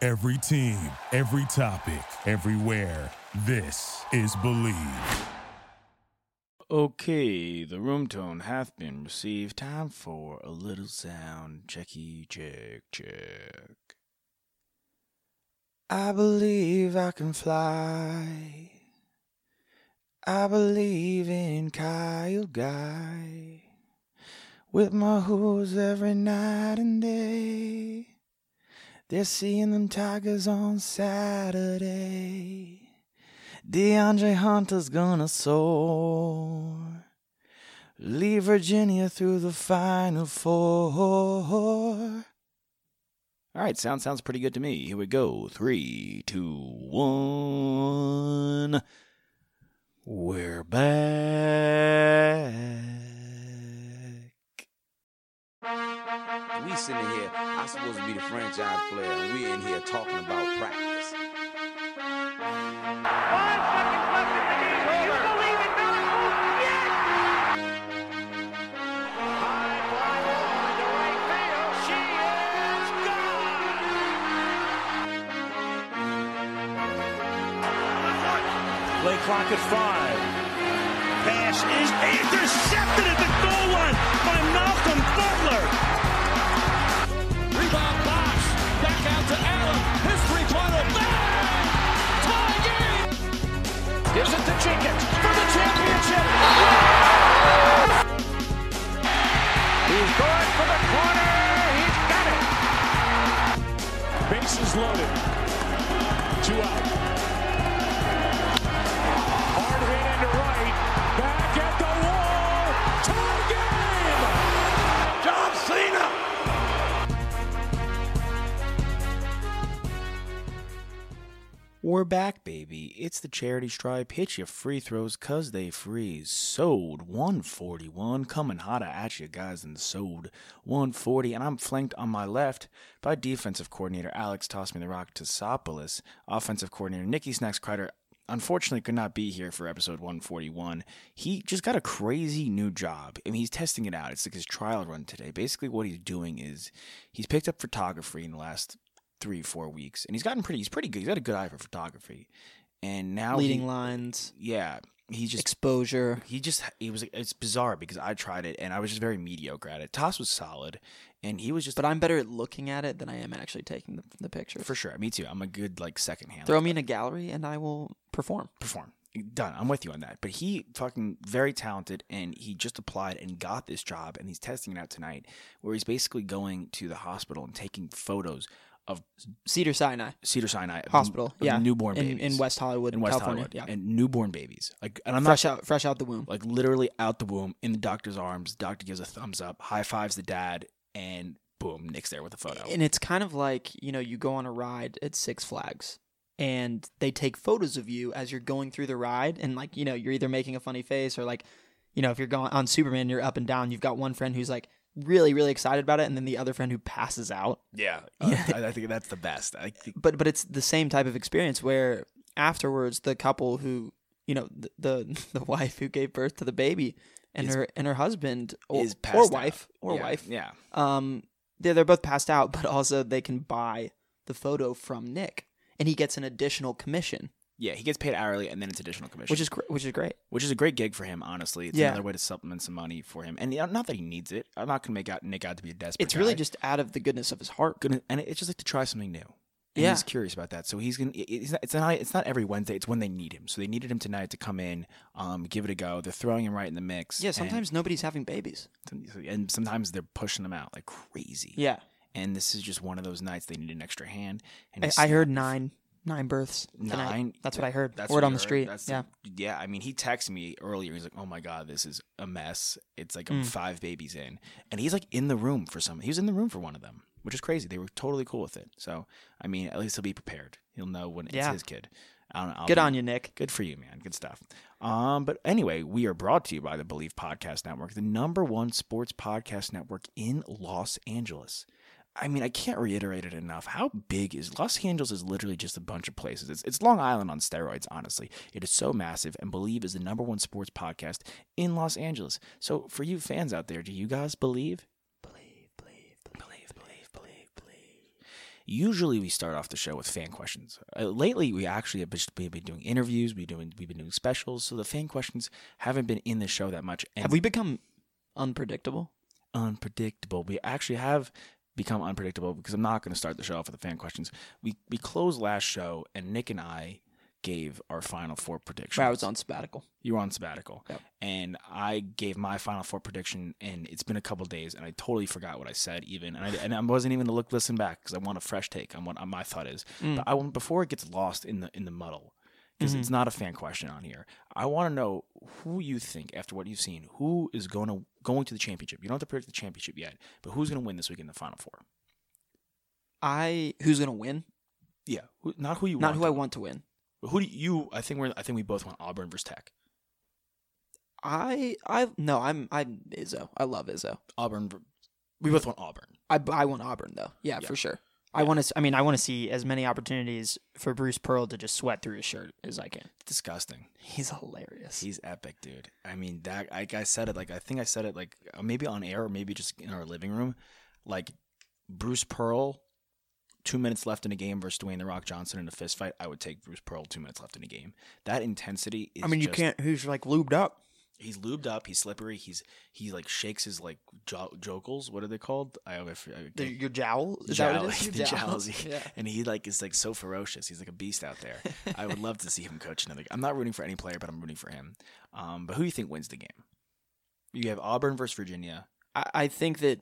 Every team, every topic, everywhere. This is Believe. Okay, the room tone hath been received. Time for a little sound checky check check. I believe I can fly. I believe in Kyle Guy. With my hooves every night and day. They're seeing them Tigers on Saturday. DeAndre Hunter's gonna soar. Lead Virginia through the final four. All right, sound sounds pretty good to me. Here we go. Three, two, one. We're back. We sitting here, I supposed to be the franchise player, and we in here talking about practice. Five seconds left in the game. Do you believe in miracles? Yes! High fly ball into right field. She is gone! Play clock at five. Pass is intercepted at the goal line by Malcolm Butler. Rebound box. Back out to Allen. His three-pointer. Bang! Tie game. Gives it to Jenkins for the championship. He's going for the corner. He's got it. Bases loaded. Two out. Hard hit into right. Back at the wall. Tie game. John Cena. We're back, baby. It's the charity stripe. Hit your free throws 'cause they freeze. Sold 141. Coming hotter at you guys and sold 140. And I'm flanked on my left by defensive coordinator Alex Toss Me the Rock Tosopoulos. Offensive coordinator Nikki Snacks Kreider unfortunately could not be here for episode 141. He just got a crazy new job. I mean, he's testing it out. It's like his trial run today. Basically, what he's doing is he's picked up photography in the last three four weeks and he's gotten pretty he's pretty good he's got a good eye for photography and now leading he, lines, yeah he just exposure. he just he was it's bizarre because i tried it and i was just very mediocre at it toss was solid and he was just But I'm better at looking at it than I am actually taking the, the picture. for sure me too i'm a good like second hand Throw me in a gallery and I will perform. perform. Done. I'm with you on that. But he fucking very talented and he just applied and got this job and he's testing it out tonight where he's basically going to the hospital and taking photos of Cedar Sinai Cedar Sinai of- Hospital, of yeah, newborn in, babies in West Hollywood, in West California. Hollywood Yeah, and newborn babies. Like and I'm fresh not out, fresh out the womb. like literally out the womb in the doctor's arms. Doctor gives a thumbs up, high fives the dad and boom, Nick's there with a photo. And it's kind of like you know you go on a ride at Six Flags, and they take photos of you as you're going through the ride, and like you know you're either making a funny face or like, you know if you're going on Superman, you're up and down. You've got one friend who's like really really excited about it, and then the other friend who passes out. yeah. Uh, I, I think that's the best. I think but but it's the same type of experience where afterwards the couple who you know the the, the wife who gave birth to the baby and her and her husband or, is passed or out. wife or Yeah, wife Yeah. um they're, they're both passed out but also they can buy the photo from Nick and he gets an additional commission Yeah, he gets paid hourly and then it's additional commission. which is gr- which is great which is a great gig for him. Honestly, it's Yeah. another way to supplement some money for him, and yeah, not that he needs it. I'm not gonna make out Nick out to be a desperate. it's really guy. just out of the goodness of his heart Gonna- and it's just like to try something new. And Yeah. he's curious about that, so he's gonna. it- It's not, it's not. It's not every Wednesday. It's when they need him. So they needed him tonight to come in, um, give it a go. They're throwing him right in the mix. yeah and- sometimes nobody's having babies and sometimes they're pushing him out like crazy. yeah And this is just one of those nights they need an extra hand. And I, he's I heard nine nine births tonight. Nine. that's what I heard That's word what on you the heard. street That's yeah yeah. I mean, he texted me earlier. He's like, "Oh my god, this is a mess. It's like I'm Mm. five babies in," and he's like in the room for some. He was in the room for one of them, which is crazy. They were totally cool with it. So, I mean, at least he'll be prepared. He'll know when it's Yeah. his kid. I don't, I'll good be- on you Nick Good for you, man. Good stuff. Um, but anyway, we are brought to you by the Believe Podcast Network, the number one sports podcast network in Los Angeles. I mean, I can't reiterate it enough. How big is Los Angeles? Is literally just a bunch of places. It's, it's Long Island on steroids. Honestly, it is so massive, and Believe is the number one sports podcast in Los Angeles. So, for you fans out there, do you guys believe? Believe, believe, believe, believe, believe, believe. Usually we start off the show with fan questions. Uh, lately we actually have just been been doing interviews, we doing we've been doing specials, so the fan questions haven't been in the show that much. And Have we become unpredictable? unpredictable. We actually have become unpredictable because I'm not going to start the show off with the fan questions. We we closed last show and Nick and I gave our final four predictions. I was on sabbatical. You were on sabbatical, Yep. and I gave my final four prediction, and it's been a couple days, and I totally forgot what I said even, and I, and I wasn't even to look listen back because I want a fresh take on what my thought is. Mm. But I want before it gets lost in the in the muddle because it's not a fan question on here. I want to know who you think after what you've seen, who is going to going to the championship. You don't have to predict the championship yet, but who's going to win this week in the final four? I who's gonna win? Yeah, who, not who you Not want who I want to win. But who do you? I think we're. I think we both want Auburn versus Tech. I I no, I'm I'm Izzo. I love Izzo. Auburn. ver- We both want Auburn. I I want Auburn though. Yeah, Yeah. for sure. I want to. I mean, I want to see as many opportunities for Bruce Pearl to just sweat through his shirt as I can. Disgusting. He's hilarious. He's epic, dude. I mean, that like I said it, like I think I said it, like uh, maybe on air or maybe just in our living room, like Bruce Pearl, two minutes left in a game versus Dwayne the Rock Johnson in a fist fight. I would take Bruce Pearl two minutes left in a game. That intensity is. I mean, you just- can't. Who's like lubed up? He's lubed up. He's slippery. He's he like shakes his like jo- jokels. What are they called? I, I, forget- I The, your jowl? Is that jowl, what it is? the Your jowl. jowls. Yeah. And he like is like so ferocious. He's like a beast out there. I would love to see him coach another. I'm not rooting for any player, but I'm rooting for him. Um, but who do you think wins the game? You have Auburn versus Virginia. I, I think that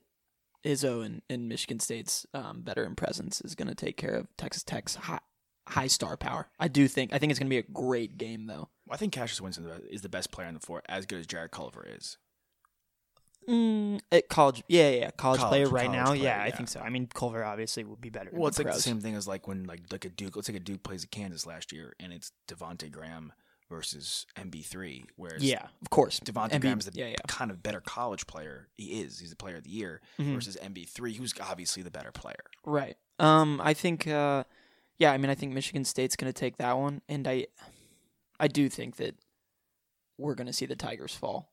Izzo and, and Michigan State's um, veteran presence is going to take care of Texas Tech's high, high star power. I do think. I think it's going to be a great game though. Well, I think Cassius Winston is the- is the best player on the floor, as good as Jared Culver is. Mm, at college, yeah, yeah, yeah. college, College- player right college now, player, yeah, I yeah. think so. I mean, Culver obviously will be better. in Well, it's like the pros. same thing as like when like like a Duke. Let's take a Duke plays at Kansas last year, and it's Devonte Graham versus MB3, where it's Yeah, of course. Devontae Embiid- Graham's the yeah, yeah. kind of better college player. He is. He's the player of the year Mm-hmm. versus MB3, who's obviously the better player. Right. Um, I think, uh, yeah, I mean, I think Michigan State's going to take that one, and I, I do think that we're going to see the Tigers fall.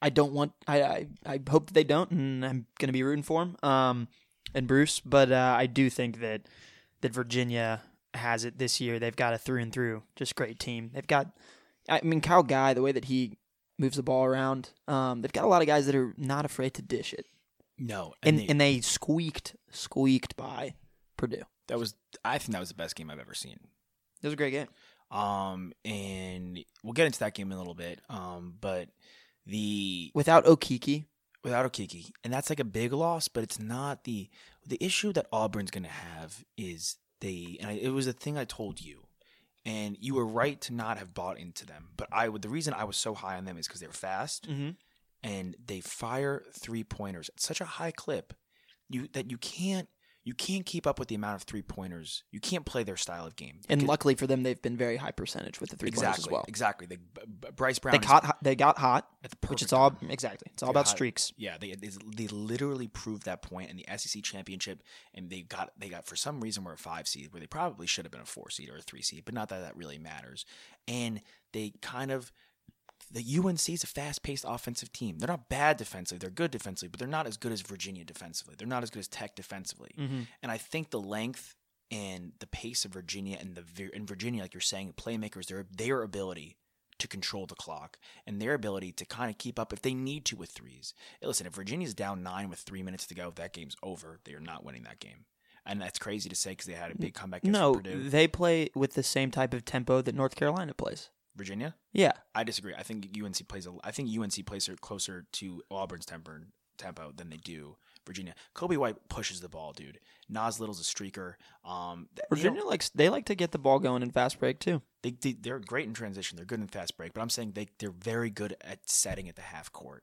I don't want. I, I I hope that they don't, and I'm going to be rooting for them. Um, and Bruce, but uh, I do think that that Virginia has it this year. They've got a through and through, just great team. They've got, I mean, Kyle Guy, the way that he moves the ball around. Um, they've got a lot of guys that are not afraid to dish it No, and and, and they, squeaked squeaked by Purdue. that was I think that was the best game I've ever seen. It was a great game. Um, and we'll get into that game in a little bit. Um, but the Without Okiki, without Okiki, and that's like a big loss, but it's not the the issue that Auburn's going to have is they and I, it was a thing I told you, and you were right to not have bought into them. But I would the reason I was so high on them is because they were Mm. fast Mm-hmm. and they fire three pointers at such a high clip you that you can't you can't keep up with the amount of three pointers. You can't play their style of game. and Because- luckily for them, they've been very high percentage with the three exactly pointers as well. exactly. They, B- B- Bryce Brown They is- caught hot- they got hot, At the which it's perfect all exactly. It's all about hot. streaks. Yeah, they, they they literally proved that point in the SEC championship, and they got they got for some reason were a five seed where they probably should have been a four seed or a three seed, but not that that really matters. And they kind of the UNC is a fast paced offensive team. They're not bad defensively; they're good defensively, but they're not as good as Virginia defensively. They're not as good as Tech defensively. Mm-hmm. And I think the length and the pace of Virginia and the Vir- and Virginia, like you're saying, playmakers, their their ability to control the clock and their ability to kind of keep up if they need to with threes. Hey, Listen, if Virginia's down nine with three minutes to go, that game's over. They are not winning that game, and that's crazy to say because they had a big comeback against No, Purdue. they play with the same type of tempo that North Carolina plays. Virginia, Yeah, I disagree. I think UNC plays. A, I think UNC plays are closer to Auburn's temper, tempo than they do Virginia. Kobe White pushes the ball, dude. Nas Little's a streaker. Um, th- they don't- Virginia likes they like to get the ball going in fast break too. they, they they're great in transition. They're good in fast break, but I'm saying they they're very good at setting at the half court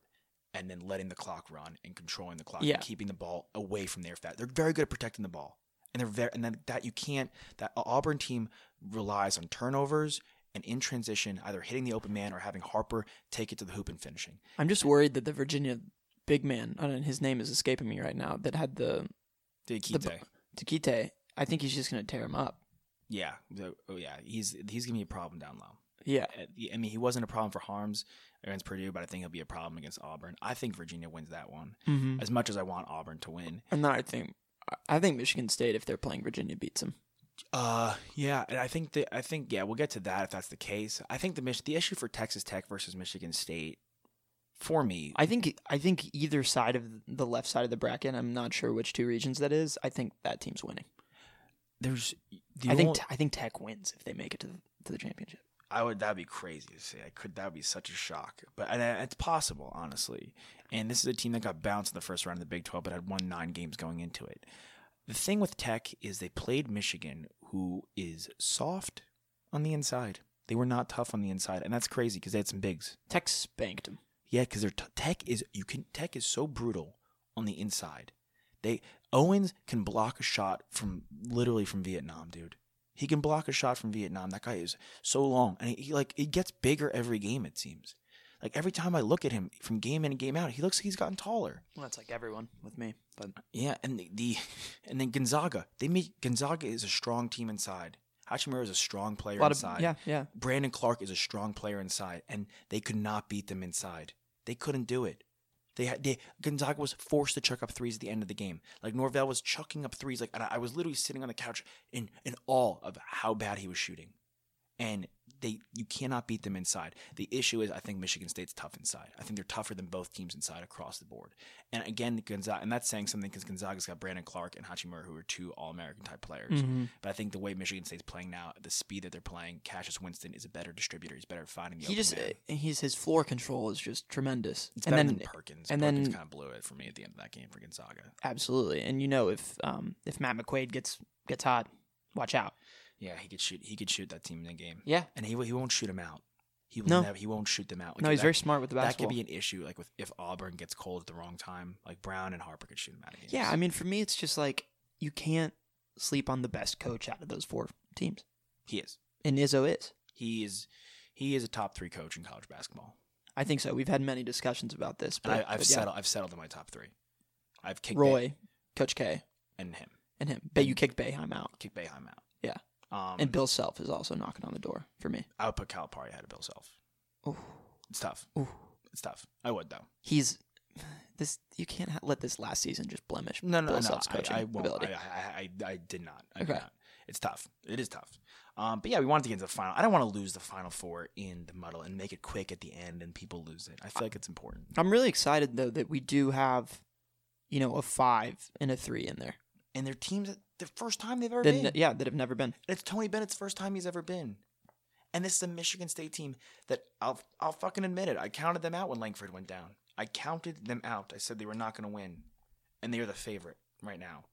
and then letting the clock run and controlling the clock Yeah. and keeping the ball away from their fat. They're very good at protecting the ball. And they're very and then that you can't that Auburn team relies on turnovers and in transition either hitting the open man or having Harper take it to the hoop and finishing. I'm just worried that the Virginia big man, I don't know, his name is escaping me right now, that had the The The b- Akite. Takite. I think he's just gonna tear him up. Yeah. The- oh yeah. He's he's gonna be a problem down low. Yeah, Uh, I mean, he wasn't a problem for Harms against Purdue, but I think he'll be a Mm-hmm. Mm-hmm. problem against Auburn. I think Virginia wins that one. As much as I want Auburn to win, and then I think I think Michigan State, if they're playing Virginia, beats them. Uh, yeah, and I think the I think yeah, we'll get to that if that's the case. I think the Mich- the issue for Texas Tech versus Michigan State for me, I think I think either side of the left side of the bracket. I'm not sure which two regions that is. I think that team's winning. there's the I think only- Te- I think Tech wins if they make it to the, to the championship. I would that'd be crazy to say. I could that'd be such a shock, but and uh, it's possible, honestly. And this is a team that got bounced in the first round of the Big Twelve, but had won nine games going into it. The thing with Tech is they played Michigan, who is soft on the inside. They were not tough on the inside, and that's crazy because they had some bigs. Tech spanked them. Yeah, because their t- Tech is you can Tech is so brutal on the inside. They Owens can block a shot from literally from Vietnam, dude. He can block a shot from Vietnam. That guy is so long, and he, he like he gets bigger every game. It seems like every time I look at him from game in and game out, he looks like he's gotten taller. Well, that's like everyone with me, but Yeah, and the, the and then Gonzaga. They made Gonzaga is a strong team inside. Hachimura is a strong player a lot of inside. yeah, yeah. Brandon Clark is a strong player inside, and they could not beat them inside. They couldn't do it. They had they Gonzaga was forced to chuck up threes at the end of the game. Like Norvell was chucking up threes. Like and I, I was literally sitting on the couch in in awe of how bad he was shooting. And they you cannot beat them inside. The issue is I think Michigan State's tough inside. I think they're tougher than both teams inside across the board. And again, Gonzaga and that's saying something because Gonzaga's got Brandon Clark and Hachimura, who are two All American type players. Mm-hmm. But I think the way Michigan State's playing now, the speed that they're playing, Cassius Winston is a better distributor. He's better at finding the He open just eh, man. he's his floor control is just tremendous. It's and better then than Perkins. and Perkins then- kind of blew it for me at the end of that game for Gonzaga. absolutely, and you know if um if Matt McQuaid gets gets hot, watch out. Yeah, he could shoot. He could shoot that team in the game. Yeah, and he, he won't shoot them out. He will No. never, he won't shoot them out. Like, no, he's that- very smart with the That basketball. could be an issue. Like with if Auburn gets cold at the wrong time, like Brown and Harper could shoot them out. Of games. yeah, I mean for me it's just like you can't sleep on the best coach out of those four teams, he is. and Izzo is. He is. He is a top three coach in college basketball. I think so. We've had many discussions about this, but And I, I've but yeah. settled. I've settled on my top three. I've kicked Bay Roy, Coach K, and him. and him. But you kicked Bayheim out, Kick Bayheim out. yeah. Um, and Bill Self is also knocking on the door for me. I would put Calipari ahead of Bill Self. Ooh. It's tough. Ooh. It's tough. I would though. He's this. You can't ha- let this last season just blemish No, no, Bill no. Self's I, coaching I won't. ability. I, I, I, I did not. I did Okay. not. It's tough. It is tough. Um, but yeah, we wanted to get into the final. I don't want to lose the final four in the muddle and make it quick at the end and people lose it. I feel like it's important. I'm really excited though that we do have, you know, a five and a three in there. And their teams, the first time they've ever That, been. n- yeah, that have never been. It's Tony Bennett's first time he's ever been. And this is a Michigan State team that I'll I'll fucking admit it. I counted them out when Langford went down. I counted them out. I said they were not going to win, and they are the favorite right now.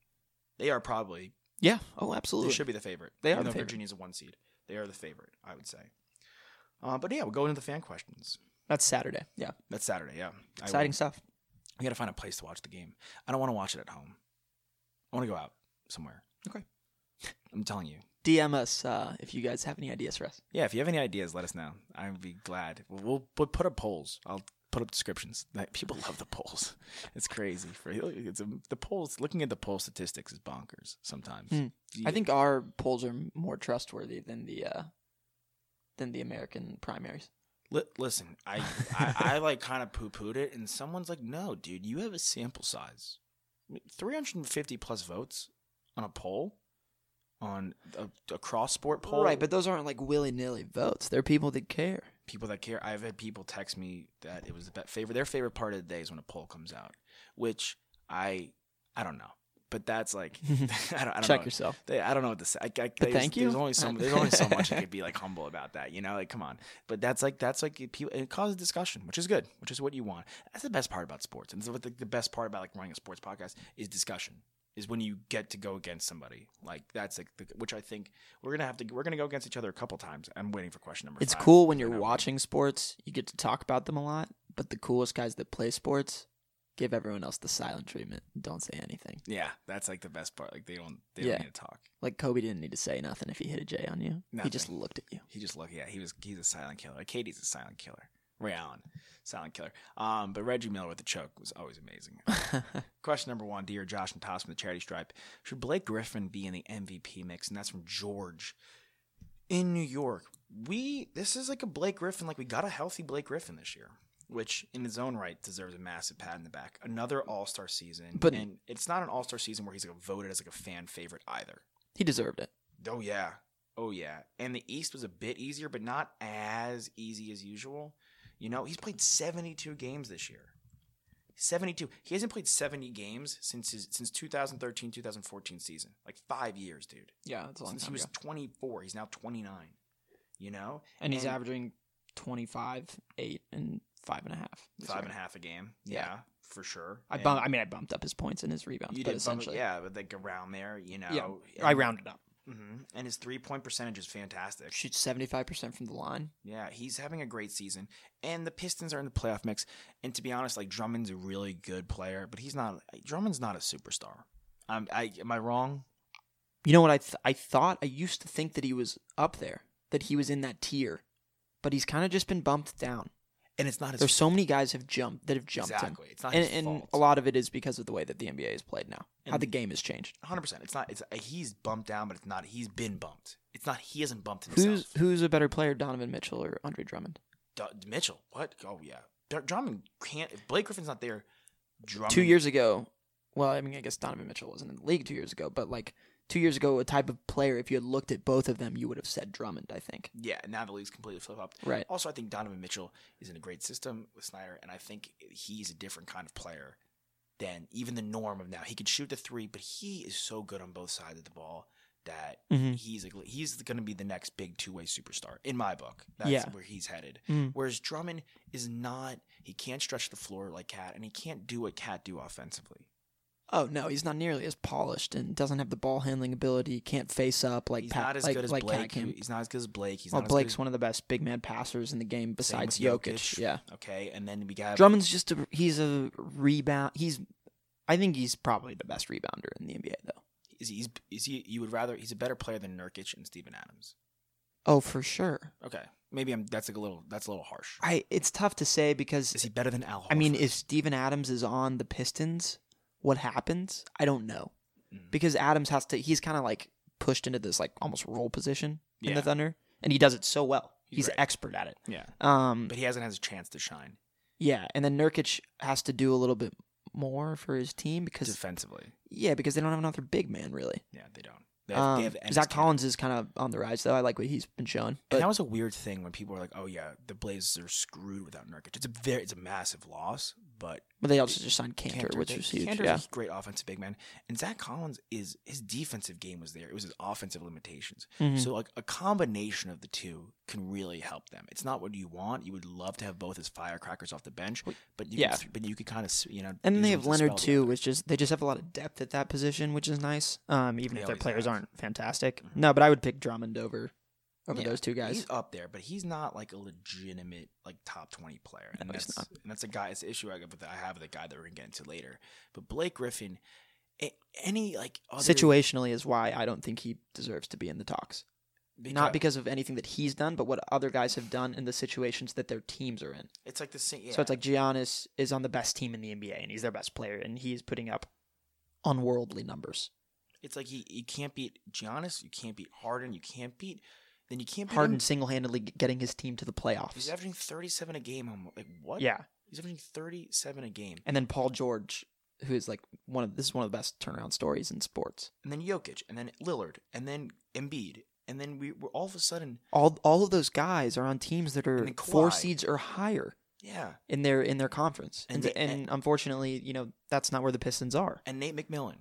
They are probably Yeah. Oh, absolutely. They should be the favorite. They are Even the though favorite. Virginia's a one seed. They are the favorite, I would say. Uh, but yeah, we'll go into the fan questions. That's Saturday. Yeah. That's Saturday. Yeah, I Exciting will- stuff. We got to find a place to watch the game. I don't want to watch it at home. I want to go out somewhere. Okay. I'm telling you. DM us uh, if you guys have any ideas for us. Yeah, if you have any ideas, let us know. I'd be glad. We'll, we'll, we'll put up polls. I'll put up descriptions. Like, People love the polls. It's crazy. For it's a, the polls. Looking at the poll statistics is bonkers sometimes. Hmm. You- I think our polls are more trustworthy than the uh, than the American primaries. Li- listen, I, I I like kind of poo pooed it, and someone's like, "No, dude, you have a sample size, three hundred and fifty plus votes on a poll, on a, a cross sport poll, Right, but those aren't like willy nilly votes. They're people that care. people that care. I've had people text me that it was the best favorite. Their favorite part of the day is when a poll comes out, which I I don't know, but that's like I don't, I don't Check know. yourself. They, I don't know what to say. I, I, there's- thank you. There's only so there's only so much you could be like humble about that. You know, like come on. But that's like that's like it- people. It causes discussion, which is good, which is what you want. That's the best part about sports, and so what the, the best part about like running a sports podcast is discussion. Is when you get to go against somebody like that's like the, which I think we're gonna have to we're gonna go against each other a couple times. I'm waiting for question number. It's five. cool when you're watching sports, you get to talk about them a lot, but the coolest guys that play sports give everyone else the silent treatment. Don't say anything. Yeah, that's like the best part. Like they don't they Yeah. don't need to talk. Like Kobe didn't need to say nothing if he hit a J on you. He just Nothing. looked at you. He just looked. Yeah, he was. He's a silent killer. Katie's a silent killer. Ray Allen, silent killer. Um, but Reggie Miller with the choke was always amazing. Question number one, dear Josh and Toss from the charity stripe, should Blake Griffin be in the MVP mix? And that's from George in New York. We this is like a Blake Griffin. Like we got a healthy Blake Griffin this year. which in his own right deserves a massive pat in the back. Another All Star season, But- and it's not an All Star season where he's like voted as like a fan favorite either. He deserved it. Oh yeah, oh yeah. And the East was a bit easier, but not as easy as usual. You know, he's played seventy two games this year. 72. He hasn't played 70 games since his since 2013-2014 season. Like 5 years, dude. Yeah, it's a long Since time he was ago. 24, he's now 29. You know? And he's and- averaging 25, 8, and five and a half. this five year. and a half a game. Yeah, Yeah. for sure. I And bump, I mean, I bumped up his points and his rebounds, You but did essentially, essentially, yeah, oh, but like around there, you know. yeah, I rounded up. hmm And his three point percentage is fantastic. Shoots seventy five percent from the line. Yeah, he's having a great season, and the Pistons are in the playoff mix. And to be honest, like Drummond's a really good player, but he's not. Drummond's not a superstar. Um, I am I wrong? You know what I th- I thought I used to think that he was up there, that he was in that tier, but he's kind of just been bumped down. And it's not his. There's so many guys have jumped that have jumped Exactly. him. It's not and, his and fault. a lot of it is because of the way that the NBA is played now, how And- the game has changed. 100. percent It's not. It's he's bumped down, but it's not. He's been bumped. It's not. He hasn't bumped himself. Who's who's a better player, Donovan Mitchell or Andre Drummond? D- Mitchell? What? Oh yeah. Dr- Drummond can't. If Blake Griffin's not there, Drummond two years ago, well, I mean, I guess Donovan Mitchell wasn't in the league two years ago, but like two years ago, a type of player, if you had looked at both of them, you would have said Drummond, I think. Yeah, now the league's completely flip flopped. Right. Also, I think Donovan Mitchell is in a great system with Snyder, and I think he's a different kind of player than even the norm of now. He could shoot the three, but he is so good on both sides of the ball that Mhm. he's like, he's going to be the next big two way superstar in my book. That's Yeah. where he's headed. Mm. Whereas Drummond is not. He can't stretch the floor like Cat, and he can't do what Cat do offensively. Oh no, he's not nearly as polished and doesn't have the ball handling ability. Can't face up like He's Pat, not as like, good as like Cat Blake. who- can. He's not as good as Blake. He's Well, not Blake's as good one of the best big man passers in the game as, same besides with Jokic. Yeah, Okay, and then we got Drummond's just a he's a rebound. He's I think he's probably the best rebounder in the NBA though. is he, is he you would rather he's a better player than Nurkic and Steven Adams. Oh, for sure. Okay. Maybe I'm that's like a little that's a little harsh. I it's tough to say because Is he better than Al? I mean, Horford? if Steven Adams is on the Pistons, what happens? I don't know. Mm-hmm. Because Adams has to he's kind of like pushed into this like almost role position in Yeah. the Thunder and he does it so well. He's He's, great. expert at it. yeah, Um but he hasn't had his chance to shine yeah, and then Nurkic has to do a little bit more for his team because defensively. yeah, because they don't have another big man really. Yeah, they don't. They have, they Um, have Ennis Zach Cannon. Collins is kind of on the rise though. I like what he's been showing. But and that was a weird thing when people were like, "Oh yeah, the Blazers are screwed without Nurkic." It's a very it's a massive loss, but but they also just signed Cantor, Kanter, which they- was huge. Kanter's yeah. a great offensive big man, and Zach Collins is his defensive game was there. It was his offensive limitations. Mhm. So like a combination of the two can really help them. It's not what you want. You would love to have both as firecrackers off the bench, but you yeah. could, but you could kind of you know. And then use they them have to Leonard spell the too, other. which is they just have a lot of depth at that position, which is nice. Um, even They if their always players have. Mm-hmm. aren't fantastic. No, but I would pick Drummond over over Yeah. those two guys. He's up there, but he's not like a legitimate like top twenty player. And No, that's he's and that's a guy. It's an issue I have with I have with the guy that we're gonna get into later. But Blake Griffin, a- any like other Situationally is why I don't think he deserves to be in the talks. Not because of anything that he's done, but what other guys have done in the situations that their teams are in. it's like the same. Yeah. So it's like Giannis is on the best team in the NBA and he's their best player and he is putting up unworldly numbers. It's like he you can't beat Giannis, you can't beat Harden, you can't beat then you can't beat Harden him. single handedly getting his team to the He's playoffs. averaging thirty seven a game. I'm like what? Yeah. he's averaging thirty seven a game, and then Paul George, who is like one of this is one of the best turnaround stories in sports. and then Jokic, and then Lillard, and then Embiid, and then we we're all of a sudden All all of those guys are on teams that are And then Kawhi. four seeds or higher yeah. in their in their conference, And and the- and, unfortunately, you know that's not where the Pistons are. And Nate McMillan,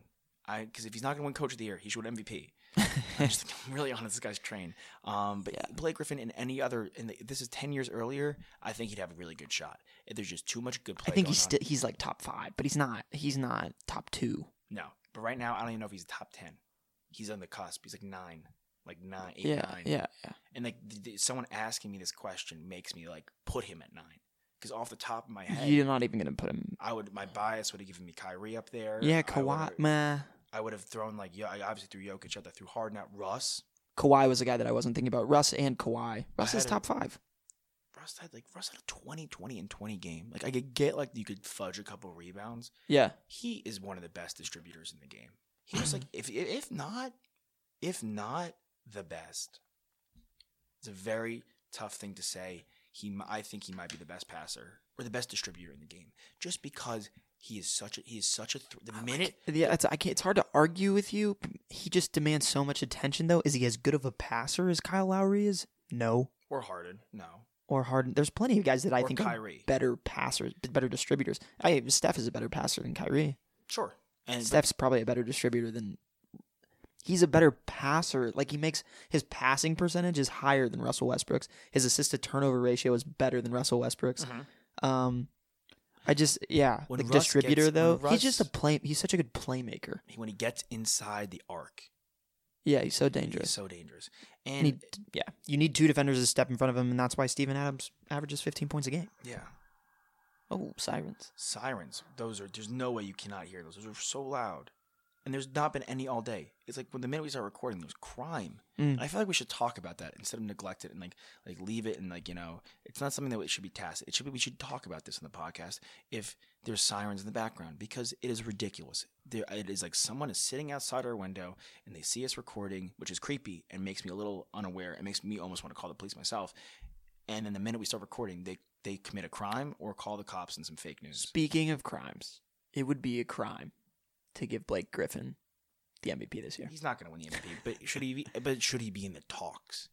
I because if he's not gonna win Coach of the Year, he should win MVP. I'm just I'm really on this guy's train. Um, but Blake Griffin and any other, and the, this is ten years earlier. I think he'd have a really good shot. If there's just too much good play. I think going he's on. still he's like top five, but he's not he's not top two. No, but right now I don't even know if he's top ten. He's on the cusp. He's like nine, like nine, eight, yeah, nine. yeah, yeah. And like th- th- someone asking me this question makes me like put him at nine because off the top of my head, You're not even gonna put him. I would my bias would have given me Kyrie up there. Yeah, I Kawhi. would've- Meh. I would have thrown like yeah, I obviously threw Jokic out there, threw Harden out, Russ. Kawhi was a guy that I wasn't thinking about. Russ and Kawhi. Russ I had is a- top five. Russ had like Russ had a 20, 20, and twenty game. Like I could get like you could fudge a couple rebounds. Yeah. he is one of the best distributors in the game. He was like, if if not, if not the best, it's a very tough thing to say. he mi- I think he might be the best passer or the best distributor in the game just because he is such a he is such a th- the minute Yeah, it's, I can't, it's hard to argue with you. He just demands so much attention, though. Is he as good of a passer as Kyle Lowry is? No. or Harden no Or Harden. There's plenty of guys that I Or think Kyrie. are better passers, better distributors. I Steph is a better passer than Kyrie. sure and but- Steph's probably a better distributor than. He's a better passer. Like he makes his passing percentage is higher than Russell Westbrook's. His assist to turnover ratio is better than Russell Westbrook's. Um, I just yeah, Mm-hmm. When like Russ distributor gets- though, when he's just a Russ- play. He's such a good playmaker. when he gets inside the arc Yeah, he's so he's dangerous. so dangerous and And he, yeah, you need two defenders to step in front of him, and that's why Steven Adams averages 15 points a game. yeah Oh, sirens! sirens those are there's no way you cannot hear those those are so loud and there's not been any all day it's like when the minute we start recording there's crime Mm. And i feel like we should talk about that instead of neglect it and like like leave it and like you know it's not something that should be tacit it should be we should talk about this in the podcast if there's sirens in the background because it is ridiculous there it is like someone is sitting outside our window and they see us recording which is creepy and makes me a little unaware it makes me almost want to call the police myself and then the minute we start recording they they commit a crime or call the cops and some fake news Speaking of crimes, it would be a crime to give Blake Griffin the MVP this year. He's not going to win the MVP, but should he? Be, but should he be in the talks?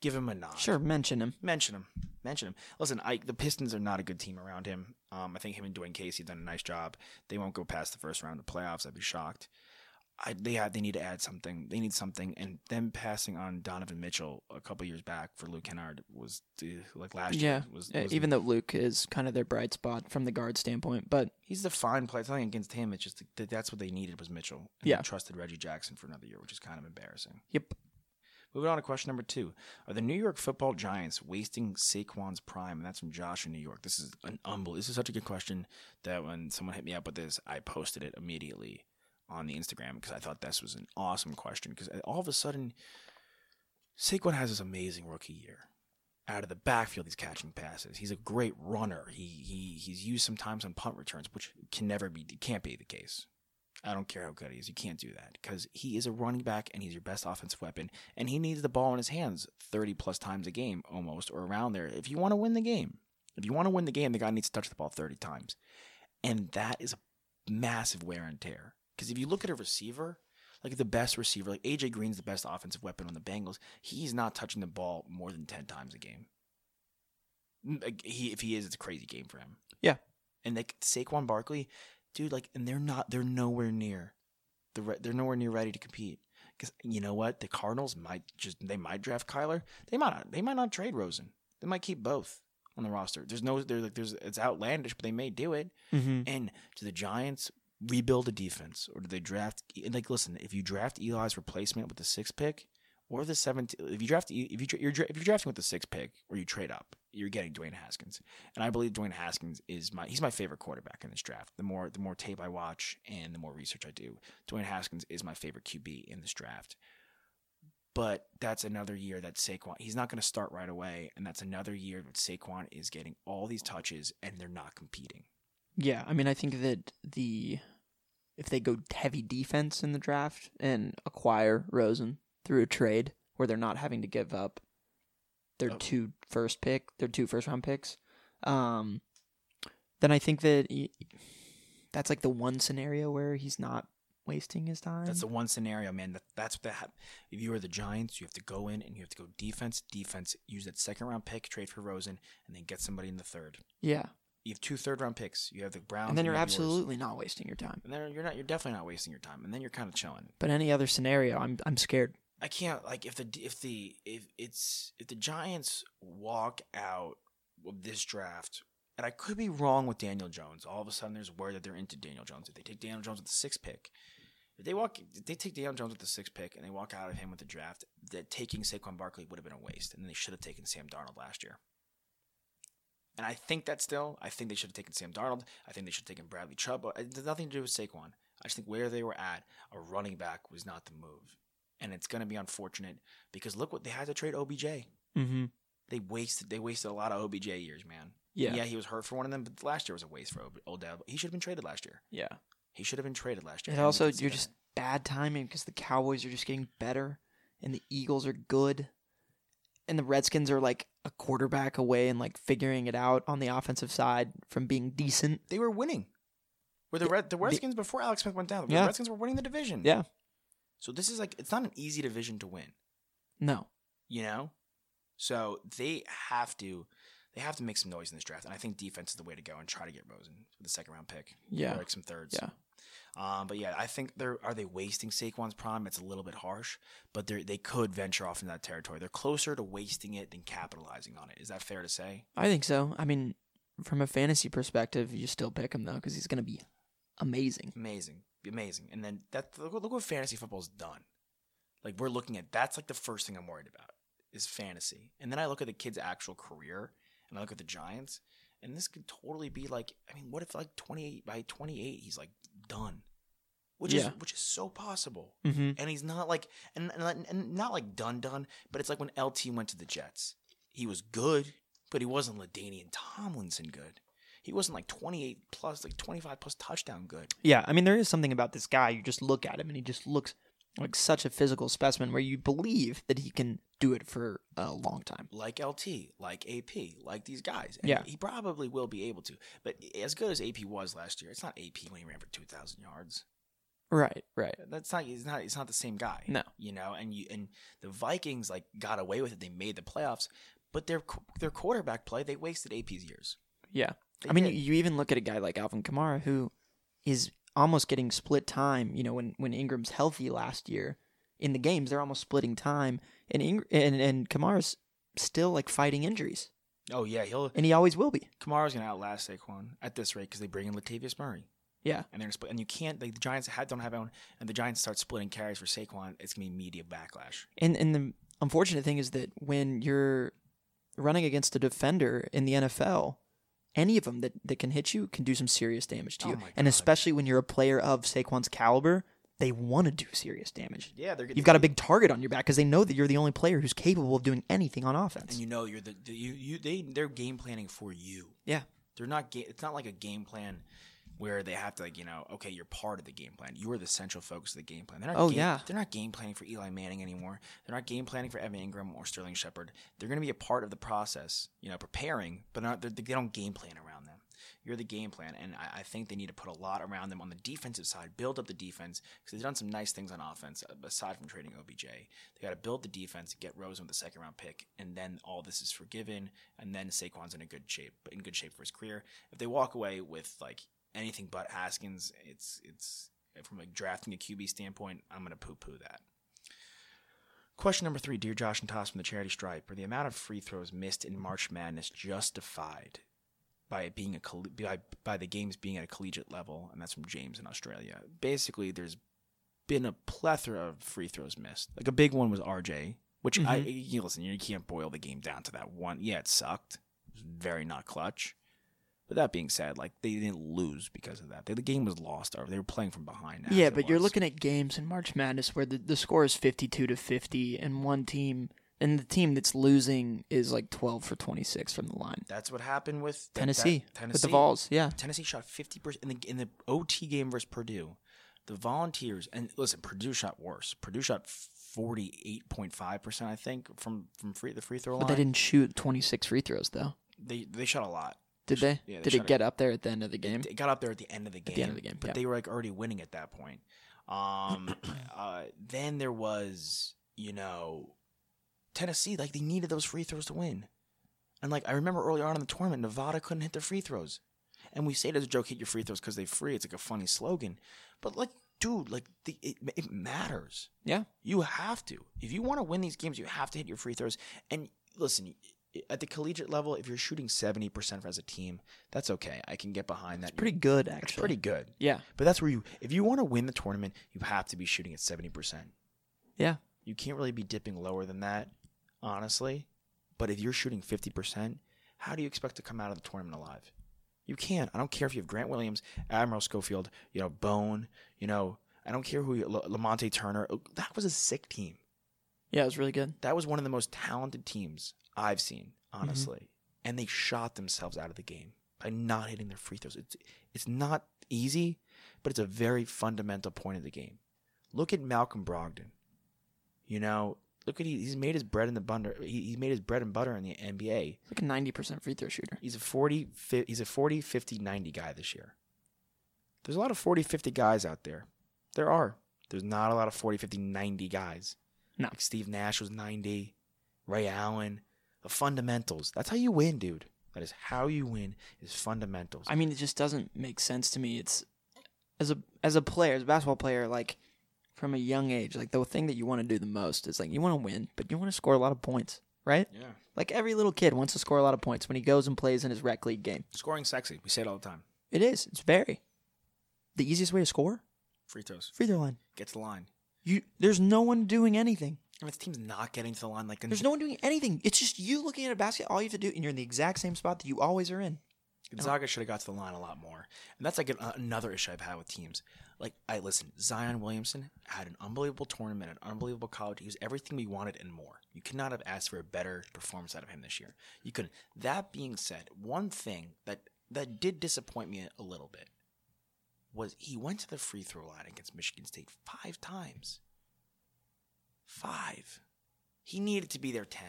Give him a nod. Sure, mention him. mention him. Mention him. Listen, I, the Pistons are not a good team around him. Um, I think him and Dwayne Casey have done a nice job. They won't go past the first round of playoffs. I'd be shocked. I, they had, they need to add something. They need something, and them passing on Donovan Mitchell a couple years back for Luke Kennard was eh, like last Yeah, year. Was, uh, was- even though Luke is kind of their bright spot from the guard standpoint, but he's the fine player, it's nothing against him. It's just that that's what they needed was Mitchell. And Yeah. they trusted Reggie Jackson for another year, which is kind of embarrassing. yep, Moving on to question number two. Are the New York football giants wasting Saquon's prime? And that's from Josh in New York. This is an humble. This is such a good question that when someone hit me up with this, I posted it immediately on the Instagram because I thought this was an awesome question. Because uh, all of a sudden, Saquon has this amazing rookie year. Out of the backfield, he's catching passes. He's a great runner. He he he's used sometimes on punt returns, which can never be can't be the case. I don't care how good he is. You can't do that because he is a running back and he's your best offensive weapon. And he needs the ball in his hands 30 plus times a game almost or around there if you want to win the game. If you want to win the game, the guy needs to touch the ball 30 times. And that is a massive wear and tear. Because if you look at a receiver, like the best receiver, like AJ Green's the best offensive weapon on the Bengals, he's not touching the ball more than 10 times a game. Like, He, if he is, it's a crazy game for him. yeah, And like Saquon Barkley, dude, like, and they're not, they're nowhere near, the re- they're nowhere near ready to compete. Because you know what, the Cardinals might just, they might draft Kyler. They might not, they might not trade Rosen. They might keep both on the roster. There's no, they're like, there's, it's outlandish, but they may do it. Mm-hmm. And do the Giants rebuild a defense, or do they draft? And like, listen, if you draft Eli's replacement with the sixth pick. Or the seventh, if you draft, E, if you tra- you're, dra- if you're drafting with the sixth pick, or you trade up, you're getting Dwayne Haskins and I believe Dwayne Haskins is my he's my favorite quarterback in this draft. The more the more tape I watch and the more research I do, Dwayne Haskins is my favorite QB in this draft. But that's another year that Saquon he's not going to start right away, and that's another year that Saquon is getting all these touches and they're not competing. yeah. I mean, I think that the if they go heavy defense in the draft and acquire Rosen through a trade where they're not having to give up their Oh. two first pick, their two first round picks, um, then I think that y that's like the one scenario where he's not wasting his time. That's the one scenario, man. That, that's what that. hap- If you are the Giants, you have to go in and you have to go defense, defense. Use that second round pick, trade for Rosen, and then get somebody in the third. yeah, You have two third round picks. You have the Browns, and then you you're have yours. absolutely not wasting your time. And then you're not. You're definitely not wasting your time. And then you're kind of chilling. But any other scenario, I'm I'm scared. I can't like if the if the if it's if the Giants walk out of this draft, and I could be wrong with Daniel Jones. All of a sudden, there's word that they're into Daniel Jones. If they take Daniel Jones with the sixth pick, if they walk, if they take Daniel Jones with the sixth pick, and they walk out of him with the draft, that taking Saquon Barkley would have been a waste, and they should have taken Sam Darnold last year. And I think that still, I think they should have taken Sam Darnold. I think they should have taken Bradley Chubb. But It has nothing to do with Saquon. I just think where they were at, a running back was not the move. And it's going to be unfortunate because look what they had to trade OBJ. Mm-hmm. They wasted they wasted a lot of OBJ years, man. Yeah. yeah, he was hurt for one of them, but last year was a waste for Ob- Odell. He should have been traded last year. Yeah. He should have been traded last year. And And we also, can see you're that. just bad timing because the Cowboys are just getting better, and the Eagles are good, and the Redskins are like a quarterback away and like figuring it out on the offensive side from being decent. They were winning. Were the Red, the Redskins before Alex Smith went down? The Yeah. Redskins were winning the division. Yeah. So this is like it's not an easy division to win, No. you know? So they have to they have to make some noise in this draft. And I think defense is the way to go and try to get Rosen with the second round pick. Yeah. Or like some thirds. Yeah. Um, but yeah, I think they're are they wasting Saquon's prime? It's a little bit harsh, but they they could venture off into that territory. They're closer to wasting it than capitalizing on it. Is that fair to say? I think so. I mean, from a fantasy perspective, you still pick him though because he's gonna be amazing. Amazing, amazing. And then that look, look what fantasy football's done. Like we're looking at that's like the first thing I'm worried about is fantasy. And then I look at the kid's actual career and I look at the Giants, and this could totally be like I mean, what if like 28 by 28 he's like done, which is Yeah. which is so possible. Mm-hmm. And he's not like and, and and not like done done, but it's like when LT went to the Jets. He was good, but he wasn't Ladanian Tomlinson good. He wasn't like 28 plus, like 25 plus touchdown good. Yeah, I mean, there is something about this guy. You just look at him, and he just looks like such a physical specimen where you believe that he can do it for a long time. like LT, like AP, like these guys. And Yeah. He probably will be able to. But as good as AP was last year, it's not AP when he ran for 2,000 yards. Right, right. That's not, it's not, it's not the same guy. No. You know, and you, and the Vikings like got away with it. They made the playoffs, but their, qu- their quarterback play, they wasted AP's years. Yeah. They I mean, did. you, you even look at a guy like Alvin Kamara who is almost getting split time. You know, when, when Ingram's healthy last year in the games, they're almost splitting time, and Ingr and and Kamara's still like fighting injuries, Oh yeah. He'll, and he always will be. Kamara's going to outlast Saquon at this rate because they bring in Latavius Murray. Yeah. And they're gonna split, and you can't. Like the Giants had, don't have own, and the Giants start splitting carries for Saquon. It's gonna be media backlash. And and the unfortunate thing is that when you're running against a defender in the NFL, any of them that, that can hit you can do some serious damage to Oh you. my and God. especially when you're a player of Saquon's caliber, they want to do serious damage. Yeah, they're You've got a big target on your back because they know that you're the only player who's capable of doing anything on and offense. you know you're the, the you, you they they're game planning for you. yeah. They're not ga- it's not like a game plan where they have to like you know okay you're part of the game plan. You're the central focus of the game plan. They're not Oh, game, yeah. They're not game planning for Eli Manning anymore. They're not game planning for Evan Ingram or Sterling Shepard. They're going to be a part of the process, you know, preparing, but not they're- they don't game plan around them. You're the game plan, and I, I think they need to put a lot around them on the defensive side. Build up the defense because they've done some nice things on offense uh, aside from trading OBJ. They got to build the defense, get Rosen with the second round pick, and then all this is forgiven. And then Saquon's in a good shape, in good shape for his career. If they walk away with like anything but Haskins, it's it's from a drafting a QB standpoint, I'm gonna poo poo that. Question number three, dear Josh and Toss from the Charity Stripe, are the amount of free throws missed in March Madness justified by it being a coll- by, by the games being at a collegiate level? And that's from James in Australia. Basically, there's been a plethora of free throws missed. Like a big one was RJ, which I Mm-hmm. you know, listen, you can't boil the game down to that one. Yeah, it sucked. It was very not clutch. But that being said, like they didn't lose because of that. They, the game was lost, or they were playing from behind. as Yeah, it but you're was. looking at games in March Madness where the, the score is 52 to 50, and one team, and the team that's losing is like 12 for 26 from the line. That's what happened with that- that- Tennessee, Tennessee with the Vols, yeah. Tennessee shot fifty percent in the in the OT game versus Purdue. The Volunteers and listen, Purdue shot worse. Purdue shot forty eight point five percent, I think, from from free the free throw line. But they didn't shoot 26 free throws, though. They they shot a lot. Did they? Yeah, they Did shot it it. get up there at the end of the game? It got up there at the end of the game. the end of the game, but yeah. they were like already winning at that point. Um, uh, then there was you know Tennessee, like they needed those free throws to win. And like I remember early on in the tournament, Nevada couldn't hit their free throws, and we say it as a joke, "Hit your free throws because they free." It's like a funny slogan, but like, dude, like the, it it matters. Yeah. You have to. If you want to win these games, you have to hit your free throws. And listen, at the collegiate level, if you're shooting 70% as a team, that's okay. I can get behind that. It's Pretty good, actually. It's pretty good. Yeah. But that's where you, if you want to win the tournament, you have to be shooting at 70%. Yeah. You can't really be dipping lower than that, honestly. But if you're shooting 50%, how do you expect to come out of the tournament alive? You can't. I don't care if you have Grant Williams, Admiral Schofield, you know, Bone, you know, I don't care who you, La- Lamonte Turner. Oh, That was a sick team Yeah, it was really good. that was one of the most talented teams I've seen, honestly. And they shot themselves out of the game by not hitting their free throws. It's it's not easy, but it's a very fundamental point of the game. Look at Malcolm Brogdon. You know, Look at he, he's made his bread in the butter. He, he made his bread and butter in the NBA. He's like a ninety percent free throw shooter. He's a 40, fi- he's a 40, 50, 90 guy this year. There's a lot of 40, 50 guys out there. There are. There's not a lot of 40, 50, 90 guys. No. Like Steve Nash was 90, Ray Allen, the fundamentals. That's how you win, dude. That is how you win is fundamentals. I mean, it just doesn't make sense to me. It's as a as a player, as a basketball player, like from a young age, like the thing that you want to do the most is like you want to win, but you want to score a lot of points, right? yeah. Like every little kid wants to score a lot of points when he goes and plays in his rec league game. Scoring sexy. We say it all the time. It is. It's very the easiest way to score Free throws. free throw line. Gets the line. You there's no one doing anything. I mean, the team's not getting to the line like in There's no one doing anything. It's just you looking at a basket. All you have to do, and you're in the exact same spot that you always are in. Gonzaga should have got to the line a lot more. And that's like an, uh, another issue I've had with teams. Like, I listen, Zion Williamson had an unbelievable tournament, an unbelievable college. He was everything we wanted and more. You could not have asked for a better performance out of him this year. You couldn't. That being said, one thing that that did disappoint me a little bit was he went to the free throw line against Michigan State five times. Five. He needed to be there 10.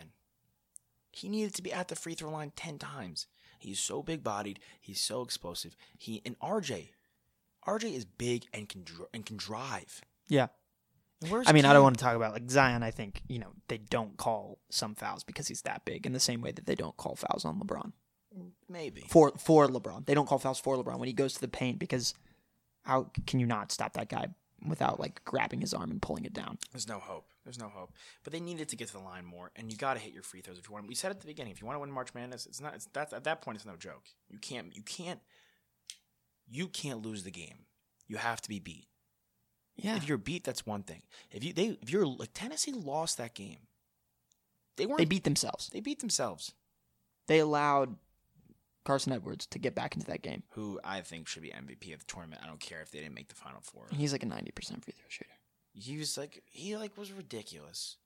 He needed to be at the free throw line 10 times. He's so big bodied. He's so explosive. He and RJ. RJ is big and can dr- and can drive. Yeah. And where's I mean, I Cam? don't want to talk about like Zion. I think you know they don't call some fouls because he's that big, in the same way that they don't call fouls on LeBron Maybe. for for LeBron. They don't call fouls for LeBron when he goes to the paint because how can you not stop that guy without like grabbing his arm and pulling it down? There's no hope. There's no hope. But they needed to get to the line more, and you got to hit your free throws if you want. We said at the beginning, if you want to win March Madness, it's not. It's, that's at that point, it's no joke. You can't. You can't. You can't lose the game. You have to be beat. Yeah, If you're beat, that's one thing. If you they if you're like Tennessee lost that game. They weren't. they beat themselves. They beat themselves. They allowed Carson Edwards to get back into that game. who I think should be MVP of the tournament. I don't care if they didn't make the final four. He's like a ninety percent free throw shooter. He was like he like was ridiculous.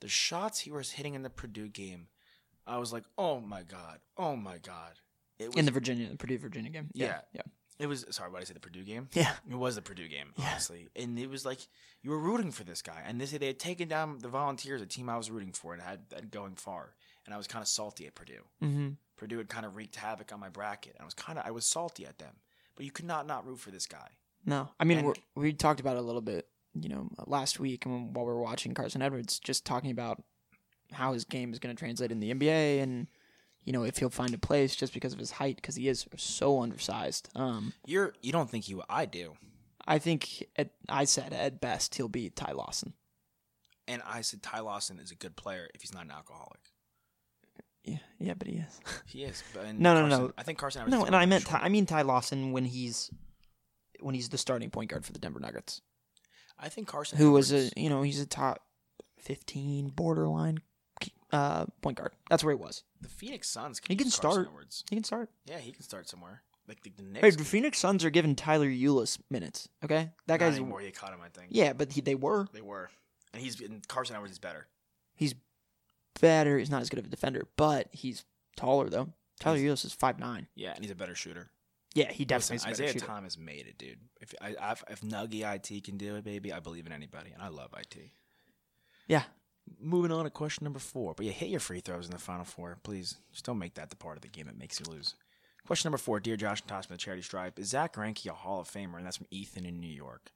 The shots he was hitting in the Purdue game, I was like, oh my god, oh my god. It was in the Virginia, the Purdue Virginia game. yeah, Yeah. it was sorry, what did I say the Purdue game? yeah. It was the Purdue game, honestly. And it was like you were rooting for this guy. And they say they had taken down the volunteers, a team I was rooting for and had, had going far. And I was kind of salty at Purdue. Mm-hmm. Purdue had kind of wreaked havoc on my bracket. And I was kind of I was salty at them. But you could not not root for this guy. No, I mean And- we're, we talked about it a little bit, you know, last week and while we were watching Carson Edwards, just talking about how his game is going to translate in the NBA and you know if he'll find a place just because of his height because he is so undersized. Um, You're you don't think he will? I do, I think at, I said at best he'll be Ty Lawson. and I said Ty Lawson is a good player if he's not an alcoholic. Yeah, yeah, but he is. He is. But and No, no, Carson- no. I think Carson. Edwards no, is and I meant sure. Ty, I mean Ty Lawson when he's when he's the starting point guard for the Denver Nuggets, I think Carson, who was a Edwards- you know he's a top fifteen borderline uh, point guard. That's where he was. the Phoenix Suns. Can He can use Carson start. Edwards. He can start. Yeah, he can start somewhere. Like the, the Hey, Knicks. the Phoenix Suns are giving Tyler Eulis minutes. Okay, not that guy's anymore. He caught him. I think. yeah, but he, they were. They were, and he's and Carson Edwards is better. He's better. He's not as good of a defender, but he's taller though. Tyler Eulis is five nine. Yeah, and he's a better shooter. Yeah, he Listen, definitely is a better Isaiah shooter. Thomas made it, dude. If I, I if Nuggy It can do it, baby, I believe in anybody, and I love It. Yeah, Moving on to question number four. But yeah, hit your free throws in the final four, please. Just don't make that the part of the game that makes you lose. Question number four, dear Josh and Tosh from the Charity Stripe, is Zach Greinke a Hall of Famer? And that's from Ethan in New York.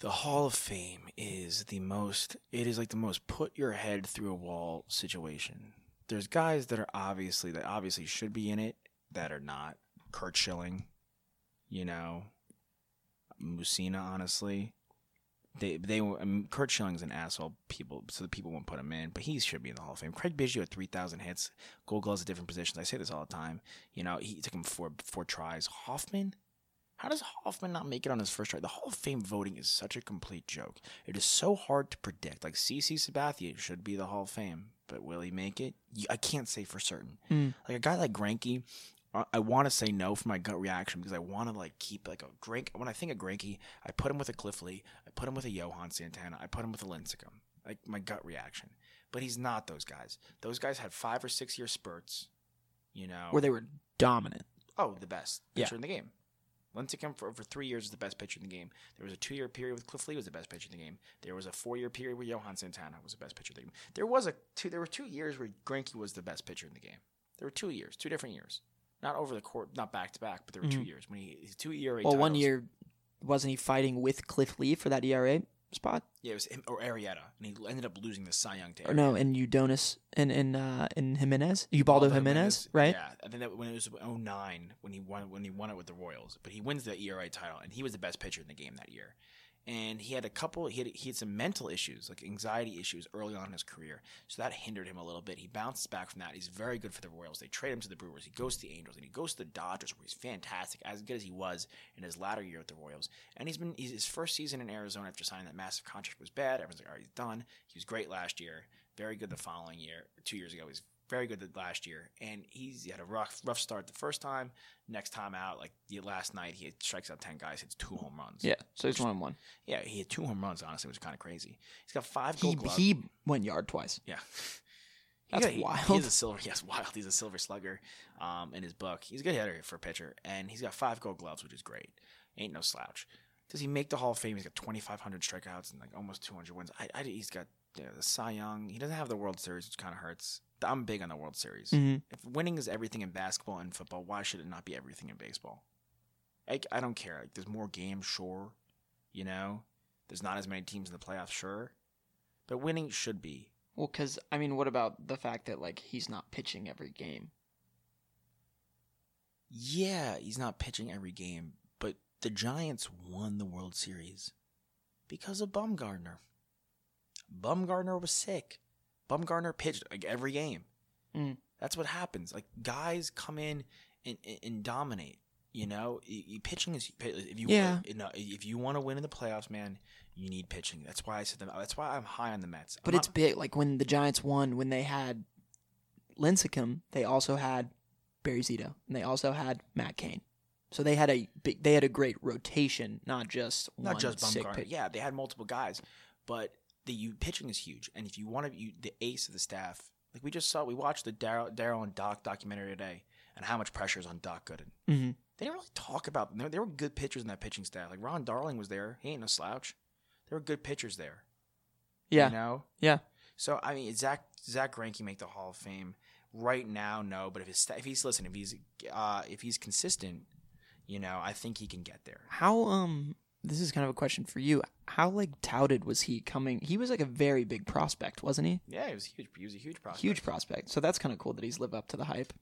The Hall of Fame is the most. It is like the most put your head through a wall situation. There's guys that are obviously that obviously should be in it that are not. Kurt Schilling, you know, Musina, honestly. They they were- I mean, Kurt Schilling's an asshole. People so the people won't put him in, but he should be in the Hall of Fame. Craig Biggio had three thousand hits, Gold Gloves at different positions. I say this all the time. You know, he it took him four four tries. Hoffman, how does Hoffman not make it on his first try? The Hall of Fame voting is such a complete joke. It is so hard to predict. Like CC Sabathia should be the Hall of Fame, but will he make it? You- I can't say for certain. Like a guy like Granky, I, I want to say no for my gut reaction because I want to like keep like a drink. When I think of Granky, I put him with a Cliff Lee, I put him with a Johan Santana, I put him with a Lincecum. Like my gut reaction. But he's not those guys. Those guys had five or six year spurts, you know. where they were dominant. oh, the best Yeah. pitcher in the game. Lincecum for over three years was the best pitcher in the game. There was a two year period with Cliff Lee was the best pitcher in the game. There was a four year period where Johan Santana was the best pitcher in the game. There was a two there were two years where Granke was the best pitcher in the game. There were two years, two different years. Not over the court, not back to back, but there were two years when he his two ERA. Mm-hmm. Well, one titles- year wasn't he fighting with Cliff Lee for that ERA spot? yeah, it was him or Arietta, and he ended up losing the Cy Young to Or no, and Udonis and and uh, and Jimenez, Ubaldo Jimenez, right? Yeah, I think that when it was 09 when he won when he won it with the Royals, but he wins the ERA title and he was the best pitcher in the game that year. And he had a couple he had he had some mental issues, like anxiety issues early on in his career. So that hindered him a little bit. He bounces back from that. He's very good for the Royals. They trade him to the Brewers. He goes to the Angels and he goes to the Dodgers where he's fantastic, as good as he was in his latter year with the Royals. And he's been he's, his first season in Arizona after signing that massive contract was bad. Everyone's like, all right, he's done. He was great last year, very good the following year. Two years ago, he was very good the last year, and he's he had a rough rough start the first time. Next time out, like the last night, he had- strikes out ten guys, hits two home runs. so he's one on one. yeah, he had two home runs. Honestly, which is kind of crazy. He's got five He gold gloves. he went yard twice. Yeah. That's he, wild. He's a silver. Yes, wild. He's a silver slugger. Um, in his book, he's a good hitter for a pitcher, and he's got five Gold Gloves, which is great. Ain't no slouch. Does he make the Hall of Fame? He's got 2,500 strikeouts and like almost 200 wins. I, I he's got you know, the Cy Young. He doesn't have the World Series, which kind of hurts. I'm big on the World Series. Mhm. If winning is everything in basketball and football, why should it not be everything in baseball? Like I don't care. Like there's more games, sure. You know, there's not as many teams in the playoffs, sure. But winning should be Well, because I mean, what about the fact that like he's not pitching every game? Yeah, he's not pitching every game, but the Giants won the World Series because of Bumgarner. Bumgarner was sick. Bumgarner pitched like every game. Mm. That's what happens. Like guys come in and, and, and dominate. You know, Y- y- pitching is if you Yeah. you know, if you want to win in the playoffs, man, you need pitching. That's why I said that. That's why I'm high on the Mets. I'm But not- it's big. Like when the Giants won, when they had Lincecum, they also had Barry Zito, and they also had Matt Cain. So they had a big, they had a great rotation, not just not one just sick Bumgarner. pick. Yeah, they had multiple guys, but the you pitching is huge. And if you want to, you the ace of the staff, like we just saw, we watched the Daryl Daryl and Doc documentary today, and how much pressure is on Doc Gooden. Mhm. They didn't really talk about. There, there were good pitchers in that pitching staff. Like Ron Darling was there. He ain't no slouch. There were good pitchers there. yeah, You know. yeah. So I mean, Zach Zach Greinke make the Hall of Fame right now? No, but if his sta- if he's listen, if he's uh, if he's consistent, you know, I think he can get there. How um this is kind of a question for you. How like touted was he coming? He was like a very big prospect, wasn't he? Yeah, he was huge. He was a huge prospect. Huge prospect. So that's kind of cool that he's lived up to the hype.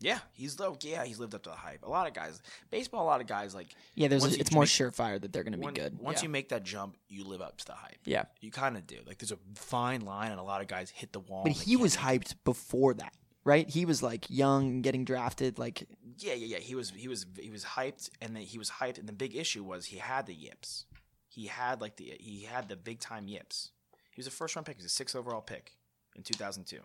Yeah, he's lived. Yeah, he's lived up to the hype. A lot of guys, baseball. A lot of guys like Yeah, there's once it's you more make- surefire that they're going to be once- good. Once yeah. you make that jump, you live up to the hype. Yeah. You kind of do. Like there's a fine line, and a lot of guys hit the wall. But and they he was can't- hyped before that, right? He was like young, getting drafted, like Yeah, yeah, yeah. He was. He was. He was hyped, and then he was hyped, and the big issue was he had the yips. He had like the he had the big time yips. He was a first round pick. He was a sixth overall pick in 2002. He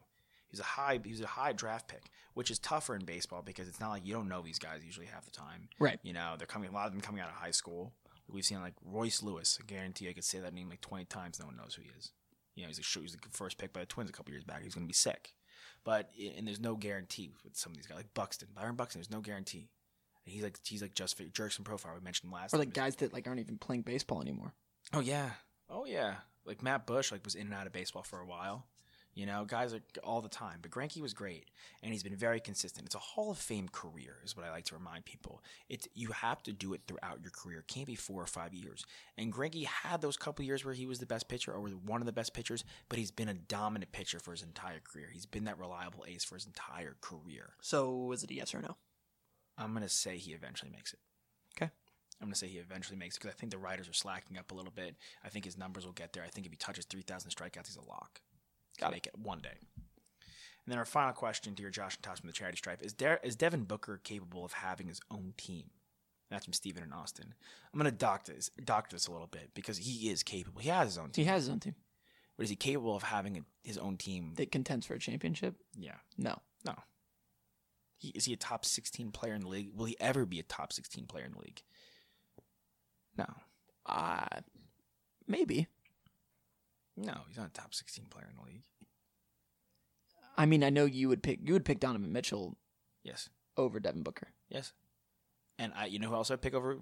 was a high. He was a high draft pick, which is tougher in baseball because it's not like you don't know these guys usually half the time. right. You know, they're coming. A lot of them coming out of high school. We've seen like Royce Lewis. I guarantee I could say that name like twenty times. No one knows who he is. You know, he's a shoot. He's the first pick by the Twins a couple years back. He's going to be sick. But and there's no guarantee with some of these guys like Buxton, Byron Buxton. There's no guarantee. And he's like he's like just for jerks and profile we mentioned last. Or time. like guys that like aren't even playing baseball anymore. Oh yeah. Oh yeah. Like Matt Bush like was in and out of baseball for a while. You know, guys are all the time. But Granke was great and he's been very consistent. It's a Hall of Fame career is what I like to remind people. It's you have to do it throughout your career. It can't be four or five years. And Granke had those couple years where he was the best pitcher or was one of the best pitchers, but he's been a dominant pitcher for his entire career. He's been that reliable ace for his entire career. So was it a yes or no? I'm gonna say he eventually makes it. Okay. I'm gonna say he eventually makes it because I think the Riders are slacking up a little bit. I think his numbers will get there. I think if he touches 3,000 strikeouts, he's a lock. Got to make it one day. And then our final question to your Josh and Tosh from the Charity Stripe is: there, Is Devin Booker capable of having his own team? That's from Steven and Austin. I'm gonna doctor this, doctor this a little bit because he is capable. He has his own He team, has his own team but is he capable of having a, his own team? that contends for a championship. yeah, No, no. He, is he a top 16 player in the league? Will he ever be a top 16 player in the league? No. uh, maybe. No, he's not a top 16 player in the league. I mean, I know you would pick you would pick Donovan Mitchell Yes. over Devin Booker. Yes. And I, you know who else I pick over?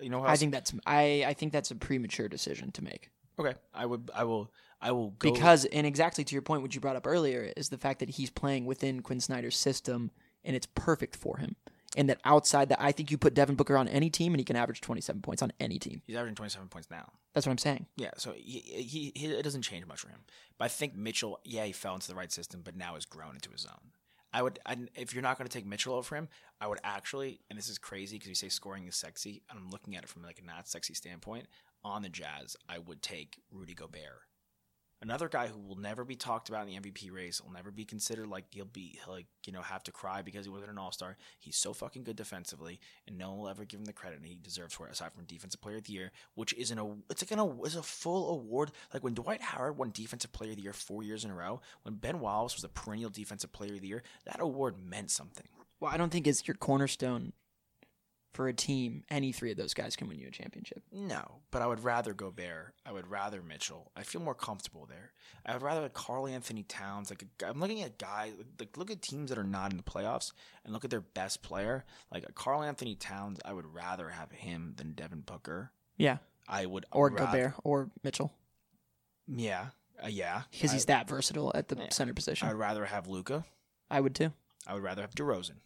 You know who I else? think that's I, I think that's a premature decision to make. okay, I would, I will, I will go Because and exactly to your point what you brought up earlier is the fact that he's playing within Quinn Snyder's system and it's perfect for him. And that outside that I think you put Devin Booker on any team and he can average 27 points on any team. He's averaging 27 points now. That's what I'm saying. Yeah, so he, he, he it doesn't change much for him. But I think Mitchell, yeah, he fell into the right system, but now has grown into his own. I would, I, if you're not going to take Mitchell over him, I would actually, and this is crazy because you say scoring is sexy, and I'm looking at it from like a not sexy standpoint. On the Jazz, I would take Rudy Gobert, another guy who will never be talked about in the MVP race, will never be considered like he'll be he'll like you know have to cry because he wasn't an All Star. He's so fucking good defensively, and no one will ever give him the credit and he deserves for it aside from Defensive Player of the Year, which isn't a it's like an a is a full award. Like when Dwight Howard won Defensive Player of the Year four years in a row, when Ben Wallace was a perennial Defensive Player of the Year, that award meant something. Well, I don't think it's your cornerstone for a team. Any three of those guys can win you a championship. No, but I would rather Gobert. I would rather Mitchell. I feel more comfortable there. I would rather like Carl Anthony Towns. Like a guy- I'm looking at guys. Like look at teams that are not in the playoffs and look at their best player. Like Carl Anthony Towns, I would rather have him than Devin Booker. Yeah. I would Or rather- Gobert or Mitchell Yeah, uh, yeah. because I- he's that versatile at the Yeah. center position. I'd rather have Luca. I would too. I would rather have DeRozan,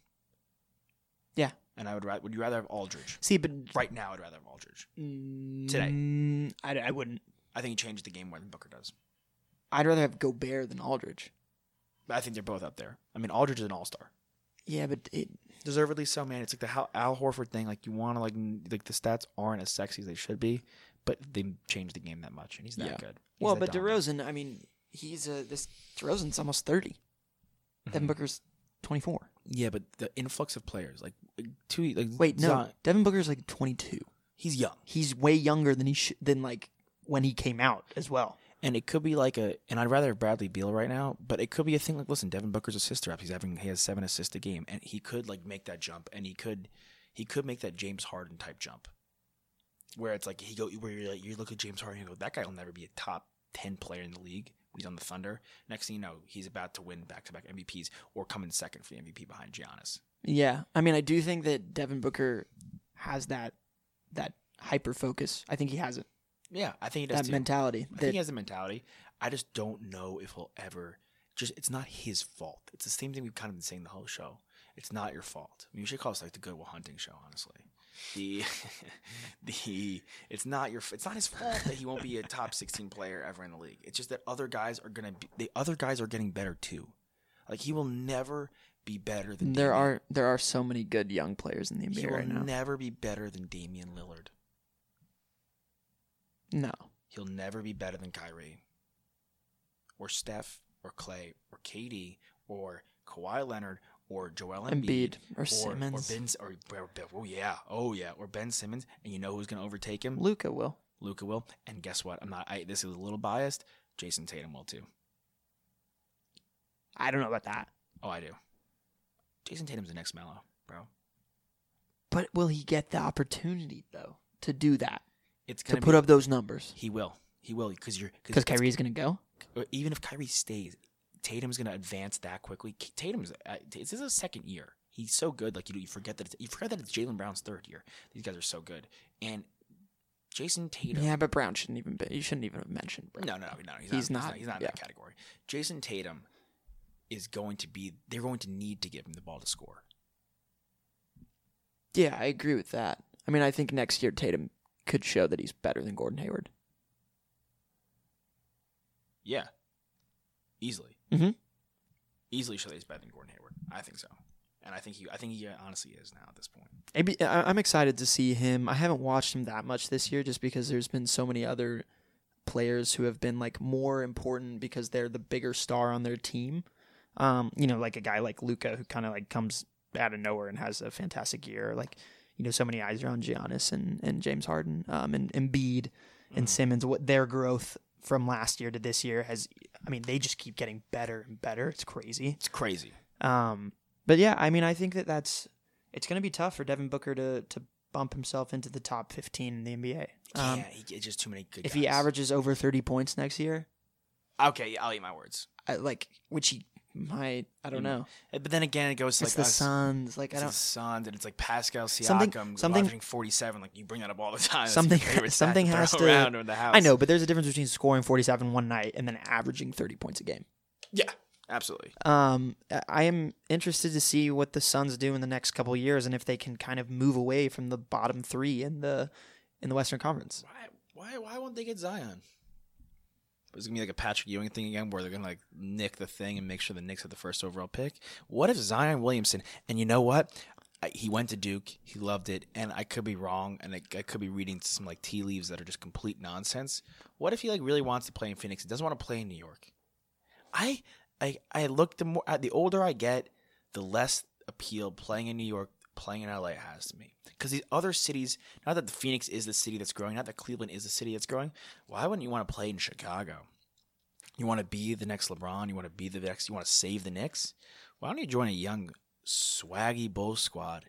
Yeah. and I would rather. Would you rather have Aldridge? See, but Right now, I'd rather have Aldridge. today, Mm, I, I wouldn't. I think he changes the game more than Booker does. I'd rather have Gobert than Aldridge. But I think they're both up there. I mean, Aldridge is an All Star. Yeah, but it, deservedly so, man. It's like the Hal, Al Horford thing. Like you want to like n- like the stats aren't as sexy as they should be, but they changed the game that much, and he's that Yeah. good. He's well, that but dominant. DeRozan, I mean, he's a this DeRozan's almost thirty. Devin Booker's twenty four. Yeah, but the influx of players, like two, like Wait, no, Zion- Devin Booker's like twenty two. he's young, He's way younger than he sh- than like when he came out as well. and it could be like a. And I'd rather have Bradley Beal right now, but it could be a thing like listen, Devin Booker's assist rep. He's having he has seven assists a game, and he could like make that jump, and he could he could make that James Harden type jump, where it's like he go where you're like, you look at James Harden and you go that guy will never be a top ten player in the league. He's on the Thunder. Next thing you know, he's about to win back to back MVPs or come in second for the MVP behind Giannis. Yeah, I mean, I do think that Devin Booker has that that hyper focus. I think he has it. Yeah, I think he does That too. mentality. I That think he has the mentality. I just don't know if he'll ever. Just it's not his fault. It's the same thing we've kind of been saying the whole show. It's not your fault. I mean, we should call this like the Goodwill Hunting show, honestly. The the it's not your it's not his fault that he won't be a top sixteen player ever in the league. It's just that other guys are gonna be the other guys are getting better too. Like he will never be better than there Damian. are there are so many good young players in the he NBA will right now. never be better than Damian Lillard. no, He'll never be better than Kyrie or Steph or Clay or KD or Kawhi Leonard or Joel Embiid, Embiid or or Simmons. Ben S- or, or, Ben- oh yeah, oh yeah, or Ben Simmons. And you know who's going to overtake him? Luca will. Luca will. And guess what? I'm not. I, this is a little biased. Jason Tatum will too. I don't know about that, Oh, I do. Jason Tatum's the next Mellow, bro. but will he get the opportunity though to do that It's to gonna put be- up those numbers? He will. He will because you're Because Kyrie's gonna go. or even if Kyrie stays, Tatum's gonna advance that quickly. K- Tatum's uh, this is his second year. He's so good. Like you, you forget that it's, you forget that it's Jalen Brown's third year. These guys are so good. And Jason Tatum. Yeah, but Brown shouldn't even. be You shouldn't even have mentioned Brown. No, no, no, no. He's, He's not, not, He's not, he's not in that yeah. category. Jason Tatum is going to be. They're going to need to give him the ball to score. Yeah, I agree with that. I mean, I think next year Tatum could show that he's better than Gordon Hayward. Yeah, easily, Mm-hmm. easily. Show that he's better than Gordon Hayward. I think so. And I think he. I think he honestly is now at this point. Maybe I- I'm excited to see him. I haven't watched him that much this year just because there's been so many other players who have been like more important because they're the bigger star on their team. Um, you know, like a guy like Luca who kind of like comes out of nowhere and has a fantastic year. Like, you know, so many eyes are on Giannis and, and James Harden um, and Embiid and Simmons. What their growth from last year to this year has, I mean, they just keep getting better and better. It's crazy. It's crazy. Um, but yeah, I mean, I think that that's it's going to be tough for Devin Booker to to bump himself into the top 15 in the NBA. Um, yeah, he, it's just too many good. if he guys. averages over 30 points next year, okay, I'll eat my words. I, like which he might. I don't know. But then again, it goes to It's Mm. like the us- Suns. Like I It's the don't. Suns, and it's like Pascal Something- Siakam something- something, forty-seven. Like you bring that up all the time. It's your Something. favorite stat Something throw has to. around in the house. I know, but there's a difference between scoring 47 one night and then averaging 30 points a game. Yeah, absolutely. Um, I- I am interested to see what the Suns do in the next couple of years and if they can kind of move away from the bottom three in the in the Western Conference. Why? Why? Why won't they get Zion? It's gonna be like a Patrick Ewing thing again, where they're gonna like nick the thing and make sure the Knicks have the first overall pick. What if Zion Williamson? And you know what? I, he went to Duke. He loved it, and I could be wrong, and I, I could be reading some like tea leaves that are just complete nonsense. What if he like really wants to play in Phoenix? He doesn't want to play in New York. I, I, I look the more uh, the older I get, the less appeal playing in New York, playing in LA has to me. Because these other cities, not that the Phoenix is the city that's growing, not that Cleveland is the city that's growing. Why wouldn't you want to play in Chicago? You want to be the next LeBron. You want to be the next. You want to save the Knicks. Why don't you join a young, swaggy Bulls squad,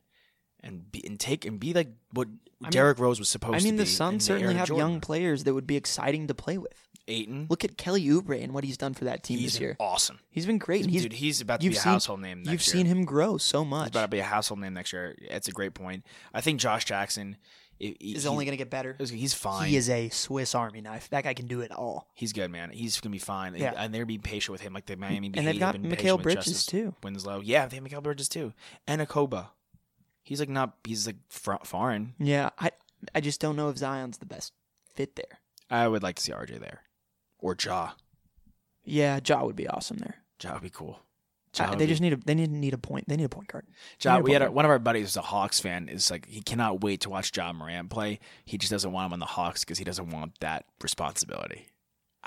and be and take and be like what mean- Derrick Rose was supposed I to be? mean, the and Suns certainly Aaron have Jordan. young players that would be exciting to play with. Ayton. Look at Kelly Oubre and what he's done for that team he's this year. awesome. He's been great. and He's, Dude, he's about to you've be a seen- household name next You've year. seen him grow so He's much. about to be a household name next year. It's a great point. I think Josh Jackson i- i- He's he- only going to get better. He's fine. He is a Swiss Army knife. That guy can do it all. He's good, man. He's gonna be fine. Yeah. And they're being patient with him, like the Miami. And they've Heat got have been patient Mikal with Bridges, Justice too. Winslow, yeah, they have Mikhail Bridges too, and Akoba. He's like not. He's like fr- foreign. Yeah, I I just don't know if Zion's the best fit there. I would like to see RJ there, or Ja. Yeah, Ja would be awesome there. Ja would be cool. Ja Uh, would they be- just need a they need need a point. They need a point guard. They Ja, need a we had point a, one of our buddies who's a Hawks fan. Is like he cannot wait to watch John Moran play. He just doesn't want him on the Hawks because he doesn't want that responsibility.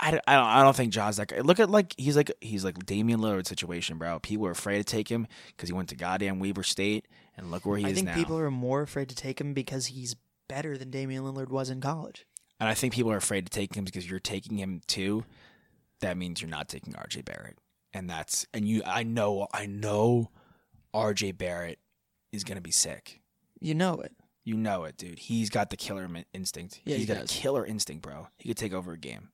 I don't, I don't, I don't think Ja's that guy. Look at like he's like he's like Damian Lillard situation, bro. People were afraid to take him because he went to goddamn Weber State, and look where he guard. I is think now. people are more afraid to take him because he's better than Damian Lillard was in college. and I think people are afraid to take him because you're taking him too. That means you're not taking RJ Barrett, and that's and you. I know, I know, RJ Barrett is gonna be sick. You know it. You know it, dude. He's got the killer min- instinct. Yeah, he's he got does. a killer instinct, bro. He could take over a game.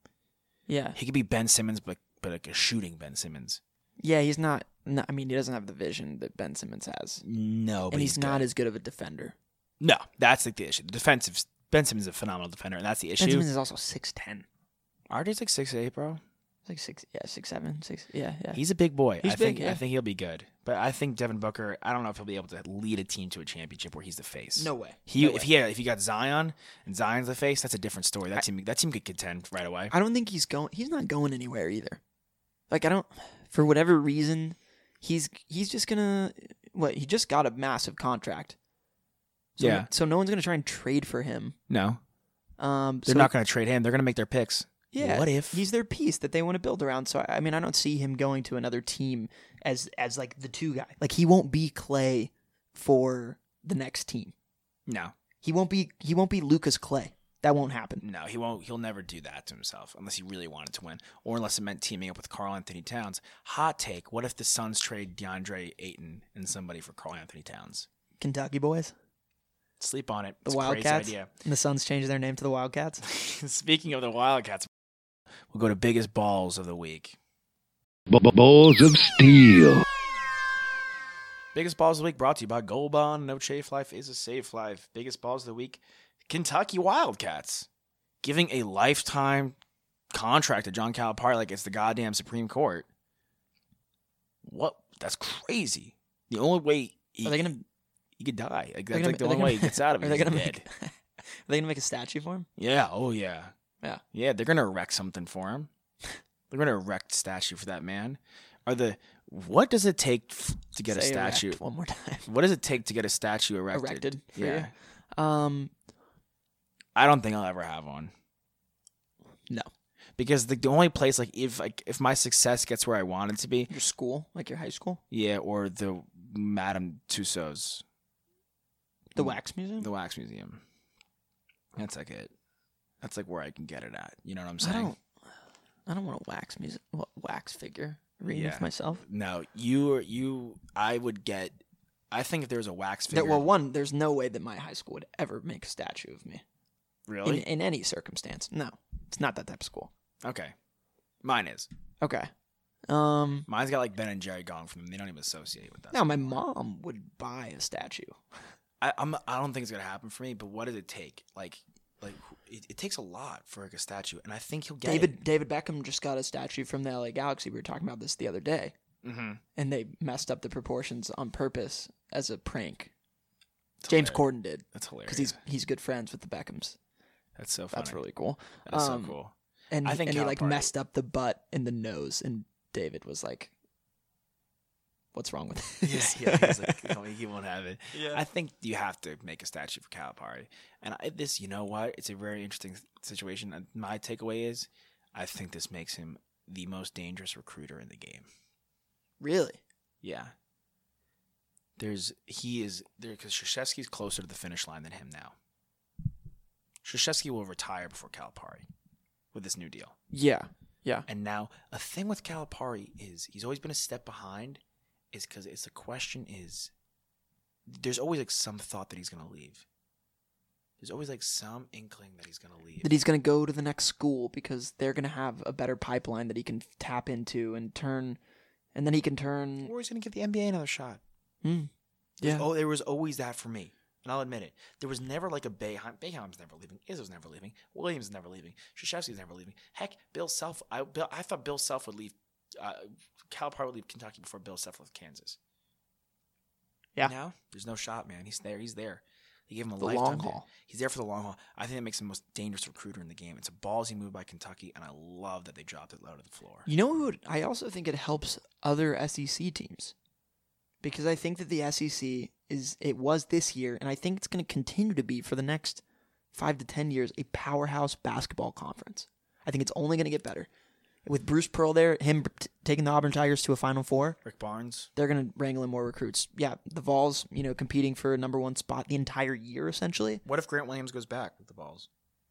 Yeah. He could be Ben Simmons, but but like a shooting Ben Simmons. Yeah, he's not, no I mean, he doesn't have the vision that Ben Simmons has. No, but and he's, not Oh, good. as good of a defender. no. That's like the issue. The defensive Ben Simmons is a phenomenal defender, and that's the Ben issue. Simmons is also 6'10. RJ's like six eight, bro. Like six, yeah, six seven, six, yeah, yeah. He's a big boy. He's I think big, yeah. I think he'll be good. But I think Devin Booker. I don't know if he'll be able to lead a team to a championship where he's the face. no way. He No if way. he had, if he got Zion and Zion's the face, that's a different story. That team that team could contend right away. I don't think he's going. He's not going anywhere either. Like I don't, for whatever reason, he's he's just gonna. What he just got a massive contract. So Yeah. So no one's gonna try and trade for him. no, Um. they're so- not going to trade him. They're going to make their picks. Yeah. What if he's their piece that they want to build around? So I I mean, I don't see him going to another team as as like the two guy. Like he won't be Clay for the next team. no? He won't be he won't be Lucas Clay. That won't happen. No, he won't. He'll never do that to himself unless he really wanted to win, or unless it meant teaming up with Carl Anthony Towns. Hot take: What if the Suns trade DeAndre Ayton and somebody for Carl Anthony Towns? Kentucky boys, Sleep on it. the It's a crazy Wildcats. idea. And the Suns changed their name to the Wildcats. Speaking of the Wildcats, we'll go to biggest balls of the week. Balls of steel. Biggest balls of the week brought to you by Gold Bond. No chafe life is a safe life. Biggest balls of the week: Kentucky Wildcats giving a lifetime contract to John Calipari like it's the goddamn Supreme Court. What? That's crazy. The only way he, Are they gonna? he could die. Like that's they're gonna- like the are they only gonna- way he gets out of it. Are they He's gonna dead. make? Are they gonna make a statue for him? Yeah. Oh yeah. Yeah. Yeah. They're gonna erect something for him. they're gonna erect statue for that man. Are the what does it take f- to get Say a erect statue? one more time. What does it take to get a statue erected? Erected. For Yeah. You. Um. I don't think I'll ever have one No. because the, the only place like if like if my success gets where I want it to be, Your school, like your high school, yeah, or the Madame Tussauds, the Mm. wax museum. the wax museum. That's like it. That's like where I can get it at. You know what I'm I saying? don't. I don't want a wax music. What wax figure? Reading Yeah. for myself. No, you are you. I would get. I think if there was a wax figure, That, well, one, there's no way that my high school would ever make a statue of me really in, in any circumstance. No, it's not that type of school. okay. Mine is. Okay. Um, Mine's got like Ben and Jerry gone from them. They don't even associate with that. now my mom would buy a statue. I, I'm I don't think it's gonna happen for me. But what does it take? Like, like who- it, it takes a lot for like a statue, and I think he'll get David David Beckham just got a statue from the LA Galaxy. We were talking about this the other day, Mm-hmm. and they messed up the proportions on purpose as a prank. James Corden did That's hilarious. because he's he's good friends with the Beckhams. that's so funny. That's really cool. That's um, so cool. And I he, think and he Cal like Party- messed up the butt and the nose, and David was like, "What's wrong with yeah, this?" yeah, he's like, "No, he won't have it. I think you have to make a statue for Calipari. And I, this, you know what? It's a very interesting situation. And My takeaway is, I think this makes him the most dangerous recruiter in the game. really? Yeah. There's he is there because Krzyzewski's closer to the finish line than him now. Krzyzewski will retire before Calipari with this new deal. Yeah, yeah. And now a thing with Calipari is he's always been a step behind, is because it's the question is there's always like some thought that he's gonna leave. There's always like some inkling that he's gonna leave. That he's gonna go to the next school because they're gonna have a better pipeline that he can tap into and turn, and then he can turn. or he's gonna give the NBA another shot. Hmm. yeah. Oh, there was always that for me. And I'll admit it. There was never like a Bayheim. Bayheim's never leaving. Izzo's never leaving. Williams is never leaving. Krzyzewski's never leaving. Heck, Bill Self. I, Bill, I thought Bill Self would leave. Uh, Calipari would leave Kentucky before Bill Self left Kansas. Yeah. Now there's no shot, man. He's there. He's there. They gave him a The lifetime long deal. haul. He's there for the long haul. I think that makes him the most dangerous recruiter in the game. It's a ballsy move by Kentucky, and I love that they dropped it low to the floor. You know who? Would, I also think it helps other SEC teams because I think that the SEC is it was this year, and I think it's going to continue to be for the next five to ten years a powerhouse basketball conference. I think it's only going to get better with Bruce Pearl there, him t- taking the Auburn Tigers to a Final Four. Rick Barnes. They're going to wrangle in more recruits. Yeah, the Vols, you know, competing for a number one spot the entire year essentially. What if Grant Williams goes back with the balls?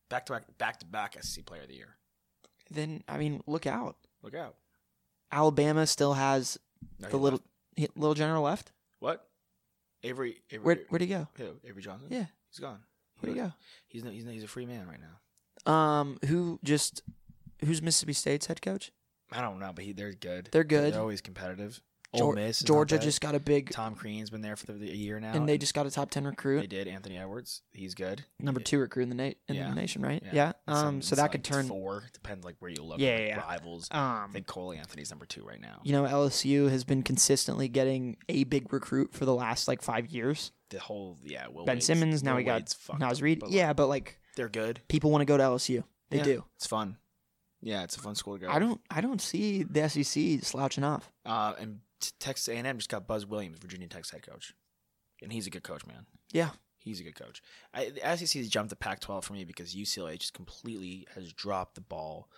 Back to back, back to back SEC Player of the Year. Then I mean, look out! Look out. Alabama still has No, the he little left. he- little general left. what? Avery. Avery Where where'd he go? who? Avery Johnson. Yeah. he's gone. Where'd he go? He's no, he's no, he's a free man right now. Um, who just who's Mississippi State's head coach? I don't know, but he, they're good. They're good. They're always competitive. Geor- Ole Miss. is not Georgia bad. just got a big, Tom Crean's been there for the, a year now, and they just got a top ten they recruit, did. Anthony Edwards. He's good. number two recruit in the na- in Yeah. the nation, right? Yeah. Yeah. It's, Um, so it's that like could turn. four. Depends like where you look. Yeah, like, yeah, yeah. Rivals. I Um, think Cole Anthony's number two right now. you know LSU has been consistently getting a big recruit for the last like five years. The whole yeah. Will ben Wade's- Simmons. Now Will we got Wade's fucked Nas up, Reed. but, like, yeah, but like they're good. people want to go to LSU. They Yeah, do. It's fun. Yeah, it's a fun school to go. I don't. I don't see the SEC slouching off. Uh, and T- Texas A&M just got Buzz Williams, Virginia Tech's head coach, and he's a good coach, man. Yeah. He's a good coach. I, the SEC has jumped to Pac-12 for me because UCLA just completely has dropped the ball.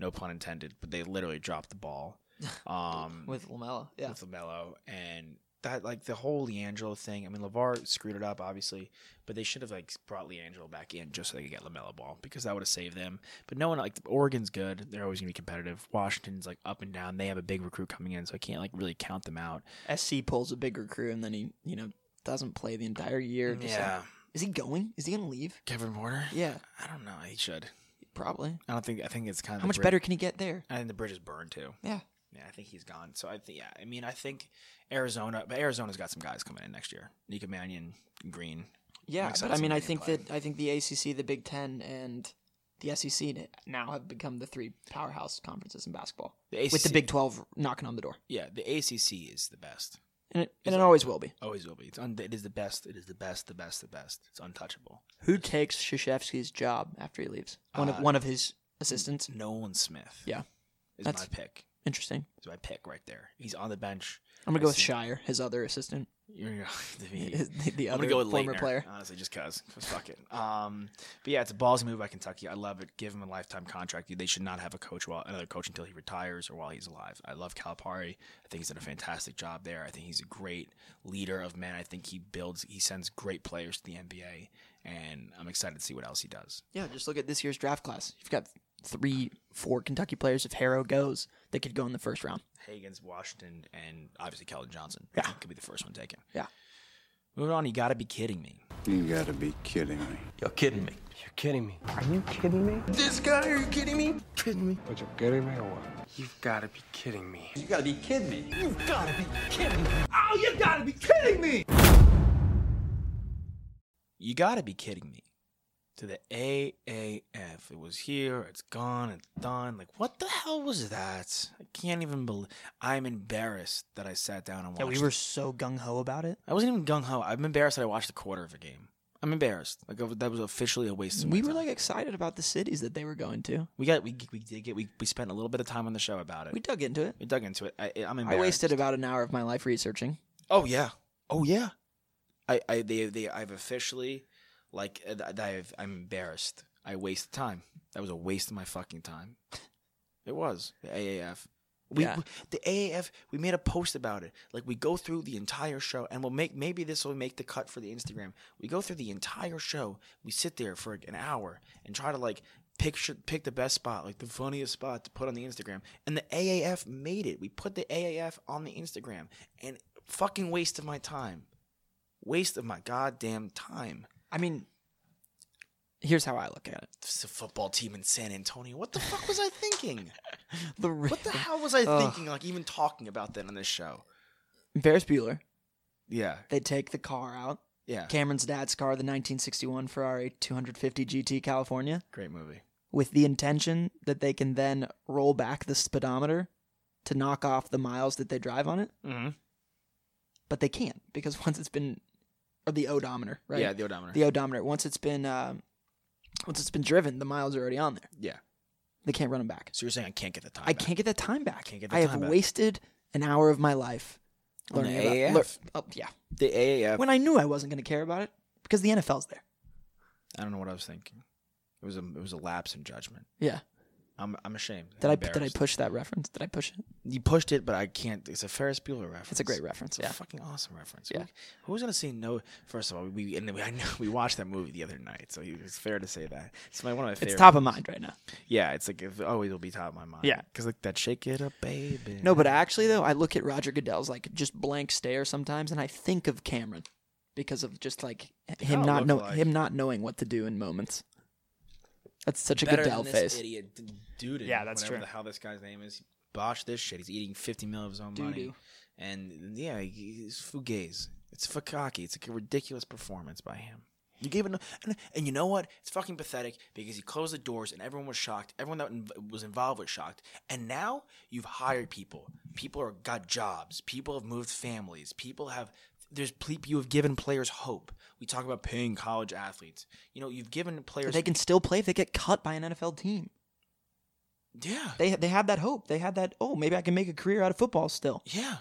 No pun intended, but they literally dropped the ball. Um, With Lamella. Yeah. with Lamelo and that like the whole Leandro thing. I mean, Lavar screwed it up obviously, but they should have like brought Leandro back in just so they could get Lamelo Ball because that would have saved them. But no one like Oregon's good; they're always gonna be competitive. Washington's like up and down. They have a big recruit coming in, so I can't like really count them out. SC E pulls a big recruit, and then he you know doesn't play the entire year. Just like- is he going? Is he gonna leave? Kevin Warner. Yeah, I don't know. He should. probably. I don't think. I think it's kind of How the much bridge- better can he get there? I think the bridge is burned too. Yeah. Yeah, I think he's gone. So I think. Yeah, I mean, I think Arizona, but Arizona's got some guys coming in next year. Nika Mannion, Green. Yeah, Makes but sense I in mean, I the game think plan. that I think the ACC, the Big Ten, and the SEC n- now have become the three powerhouse conferences in basketball, The with the ACC Big Twelve knocking on the door, Yeah, the ACC is the best. and it, and Is it it- always will be. Always will be. It's un- it is the best. It is the best. The best. The best. It's untouchable. Who takes Shashevsky's job after he leaves? One Uh, of one of his assistants. Nolan Smith. Yeah, is that's- my pick. interesting. Is my pick right there. He's on the bench. I'm gonna go with see. Shire, his other assistant, You're gonna go- the, the I'm other gonna go with former Leitner, player. honestly, just cause. 'Cause Fuck it. Um, but yeah, it's a ballsy move by Kentucky. I love it. Give him a lifetime contract. They should not have a coach while another coach until he retires or while he's alive. I love Calipari. I think he's done a fantastic job there. I think he's a great leader of men. I think he builds. He sends great players to the NBA, and I'm excited to see what else he does. Yeah, just look at this year's draft class. You've got three, four Kentucky players if Harrow goes that could go in the first round. Hagan's Washington, and obviously Kelvin Johnson. Yeah. could be the first one taken. Yeah. Moving on, you gotta be kidding me. You gotta be kidding me. You're kidding me. You're kidding me. Are you kidding me? This guy, are you kidding me? Kidding me? But you're kidding me or what? You've gotta be kidding me. You gotta be kidding me. You've gotta be kidding me. Oh, you gotta be kidding me! You gotta be kidding me. To the AAF. It was here, it's gone, it's done. Like, what the hell was that? I can't even believe. I'm embarrassed that I sat down and watched Yeah, we it. were so gung ho about it. I wasn't even gung ho. I'm embarrassed that I watched a quarter of a game. I'm embarrassed. Like I was- that was officially a waste. Of my We were time. like excited about the cities that they were going to. we got we we did get we, we spent a little bit of time on the show about it. We We, dug into it. dug into it. I, I'm I embarrassed. wasted about an hour of my life researching. Oh yeah. Oh yeah. I I they they I've officially like I- I've I'm embarrassed. I wasted time. That was a waste of my fucking time. It was the AAF. We, Yeah. we- the AAF. We made a post about it. Like we go through the entire show, and we'll make maybe this will make the cut for the Instagram. We go through the entire show. We sit there for an hour and try to like picture pick the best spot, like the funniest spot to put on the Instagram. And the AAF made it. We put the AAF on the Instagram, and fucking waste of my time, waste of my goddamn time. I mean, here's how I look at it. This is a football team in San Antonio. What the fuck was I thinking? The re- What the hell was I Ugh. thinking? Like even talking about that on this show. Ferris Bueller. Yeah, They take the car out. yeah. Cameron's dad's car, the 1961 Ferrari 250 GT California, Great movie. with the intention that they can then roll back the speedometer to knock off the miles that they drive on it, Mm-hmm. but they can't because once it's been or the odometer, right? Yeah, the odometer. the odometer. Once it's been um, once it's been driven, the miles are already on there. yeah. They can't run them back. So you're saying I can't get the time? I back. can't get that time back. Can't get the I have time back. wasted an hour of my life On the learning about. AAF. lear- oh, yeah, The AAF. when I knew I wasn't going to care about it because the NFL's there. I don't know what I was thinking. It was a it was a lapse in judgment. Yeah. I'm I'm ashamed. Did i I did I push that reference? Did I push it? You pushed it, but I can't. It's a Ferris Bueller reference. It's a great reference. It's Yeah. a fucking awesome reference. Yeah. Who- Who's gonna say no? First of all, we and we, I know we watched that movie the other night, so it's fair to say that it's my one of my favorite. It's top of mind right now. Yeah, it's like it always will be top of my mind. Yeah. because like that shake it up, baby. No, but actually though, I look at Roger Goodell's like just blank stare sometimes, and I think of Cameron because of just like him kinda not look know like- him not knowing what to do in moments. That's such a better Goodell than face. this idiot d- dude. Yeah, that's whatever true. The hell this guy's name is? Bosh this shit. He's eating fifty mil of his own money, Doo-doo. and yeah, he- he's fugazi. It's fakaki. It's like a ridiculous performance by him. You gave it, no- and, and you know what? It's fucking pathetic because he closed the doors and everyone was shocked. Everyone that inv- was involved was shocked. And now you've hired people. People are got jobs. People have moved families. People have there's ple- you have given players hope. We talk about paying college athletes. You know you've given But players They can still play if they get cut by an NFL team. yeah They they had that hope. They had that. Oh, maybe I can make a career out of football. Still, Yeah.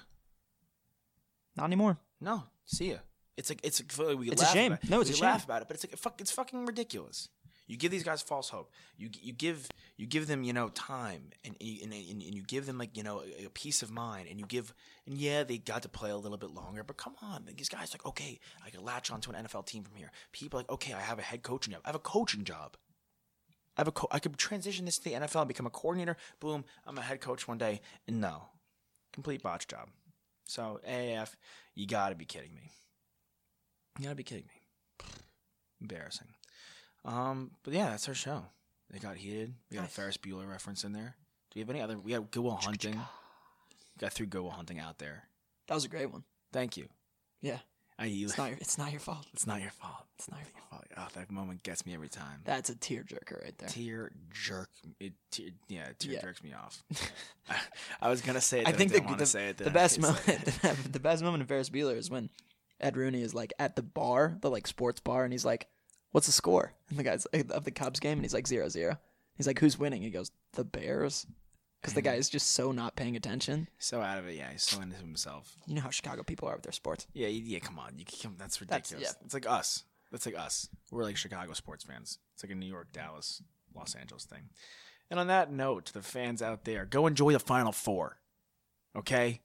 not anymore. No. See ya. It's like it's like, we It's a laugh shame. About it. No, it's we a laugh shame. about it, but it's like fuck, it's fucking ridiculous. You give these guys false hope. You g- you give you give them you know time and you- and, and, and you give them like you know a, a peace of mind and you give and yeah they got to play a little bit longer, but come on, like, these guys like okay I can latch onto an NFL team from here. People like okay I have a head coaching job. I have a coaching job. I have a co- I could transition this to the NFL and become a coordinator. Boom, I'm a head coach one day. No, complete botch job. So AAF, you gotta be kidding me. You gotta be kidding me. Embarrassing. Um, but yeah, that's our show. It got heated. We got a Ferris Bueller reference in there. Do we have any other? We got Goodwill Hunting. We got through Goodwill Hunting out there. That was a great one. Thank you. Yeah, I, you it's not your, it's not your fault. it's not your fault. It's not your fault. Oh, that moment gets me every time. That's a tearjerker right there. tear jerk. It tear, yeah, it tear Yeah. jerks me off. I, was gonna say it. I then think didn't the, wanna the, say it, the then I best can't say moment the best moment of Ferris Bueller is when Ed Rooney is like at the bar, the like sports bar, and he's like, "What's the score?" And the guys eh, of the Cubs game, and he's like zero zero. He's like, "Who's winning?" He goes, "The Bears," because the guy is just so not paying attention. it. So out of it, yeah, he's so into himself. You know how Chicago people are with their sports. Yeah, you- yeah. Come on, you can, that's ridiculous. That's- It's like us. That's like us. We're like Chicago sports fans. It's like a New York, Dallas, Los Angeles thing. And on that note, to the fans out there, go enjoy the Final Four, okay?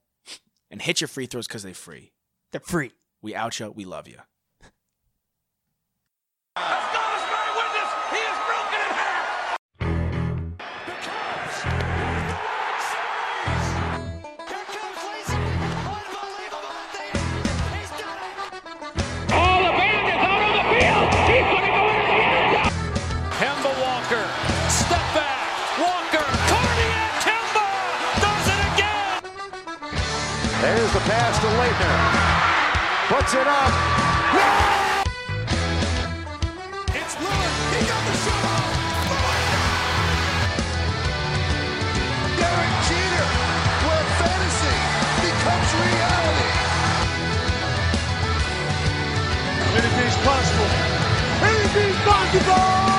And hit your free throws because they free. They're free. We out you. We love you. God is my witness, he is broken in half. The Cubs win the World Series. Here comes Lacy. Unbelievable. He's done it. There's the pass to Leitner. Puts it up. No! It's Lillard. He got the shot off. Lillard. Derek Jeter, where fantasy becomes reality. Anything's possible. Anything's possible.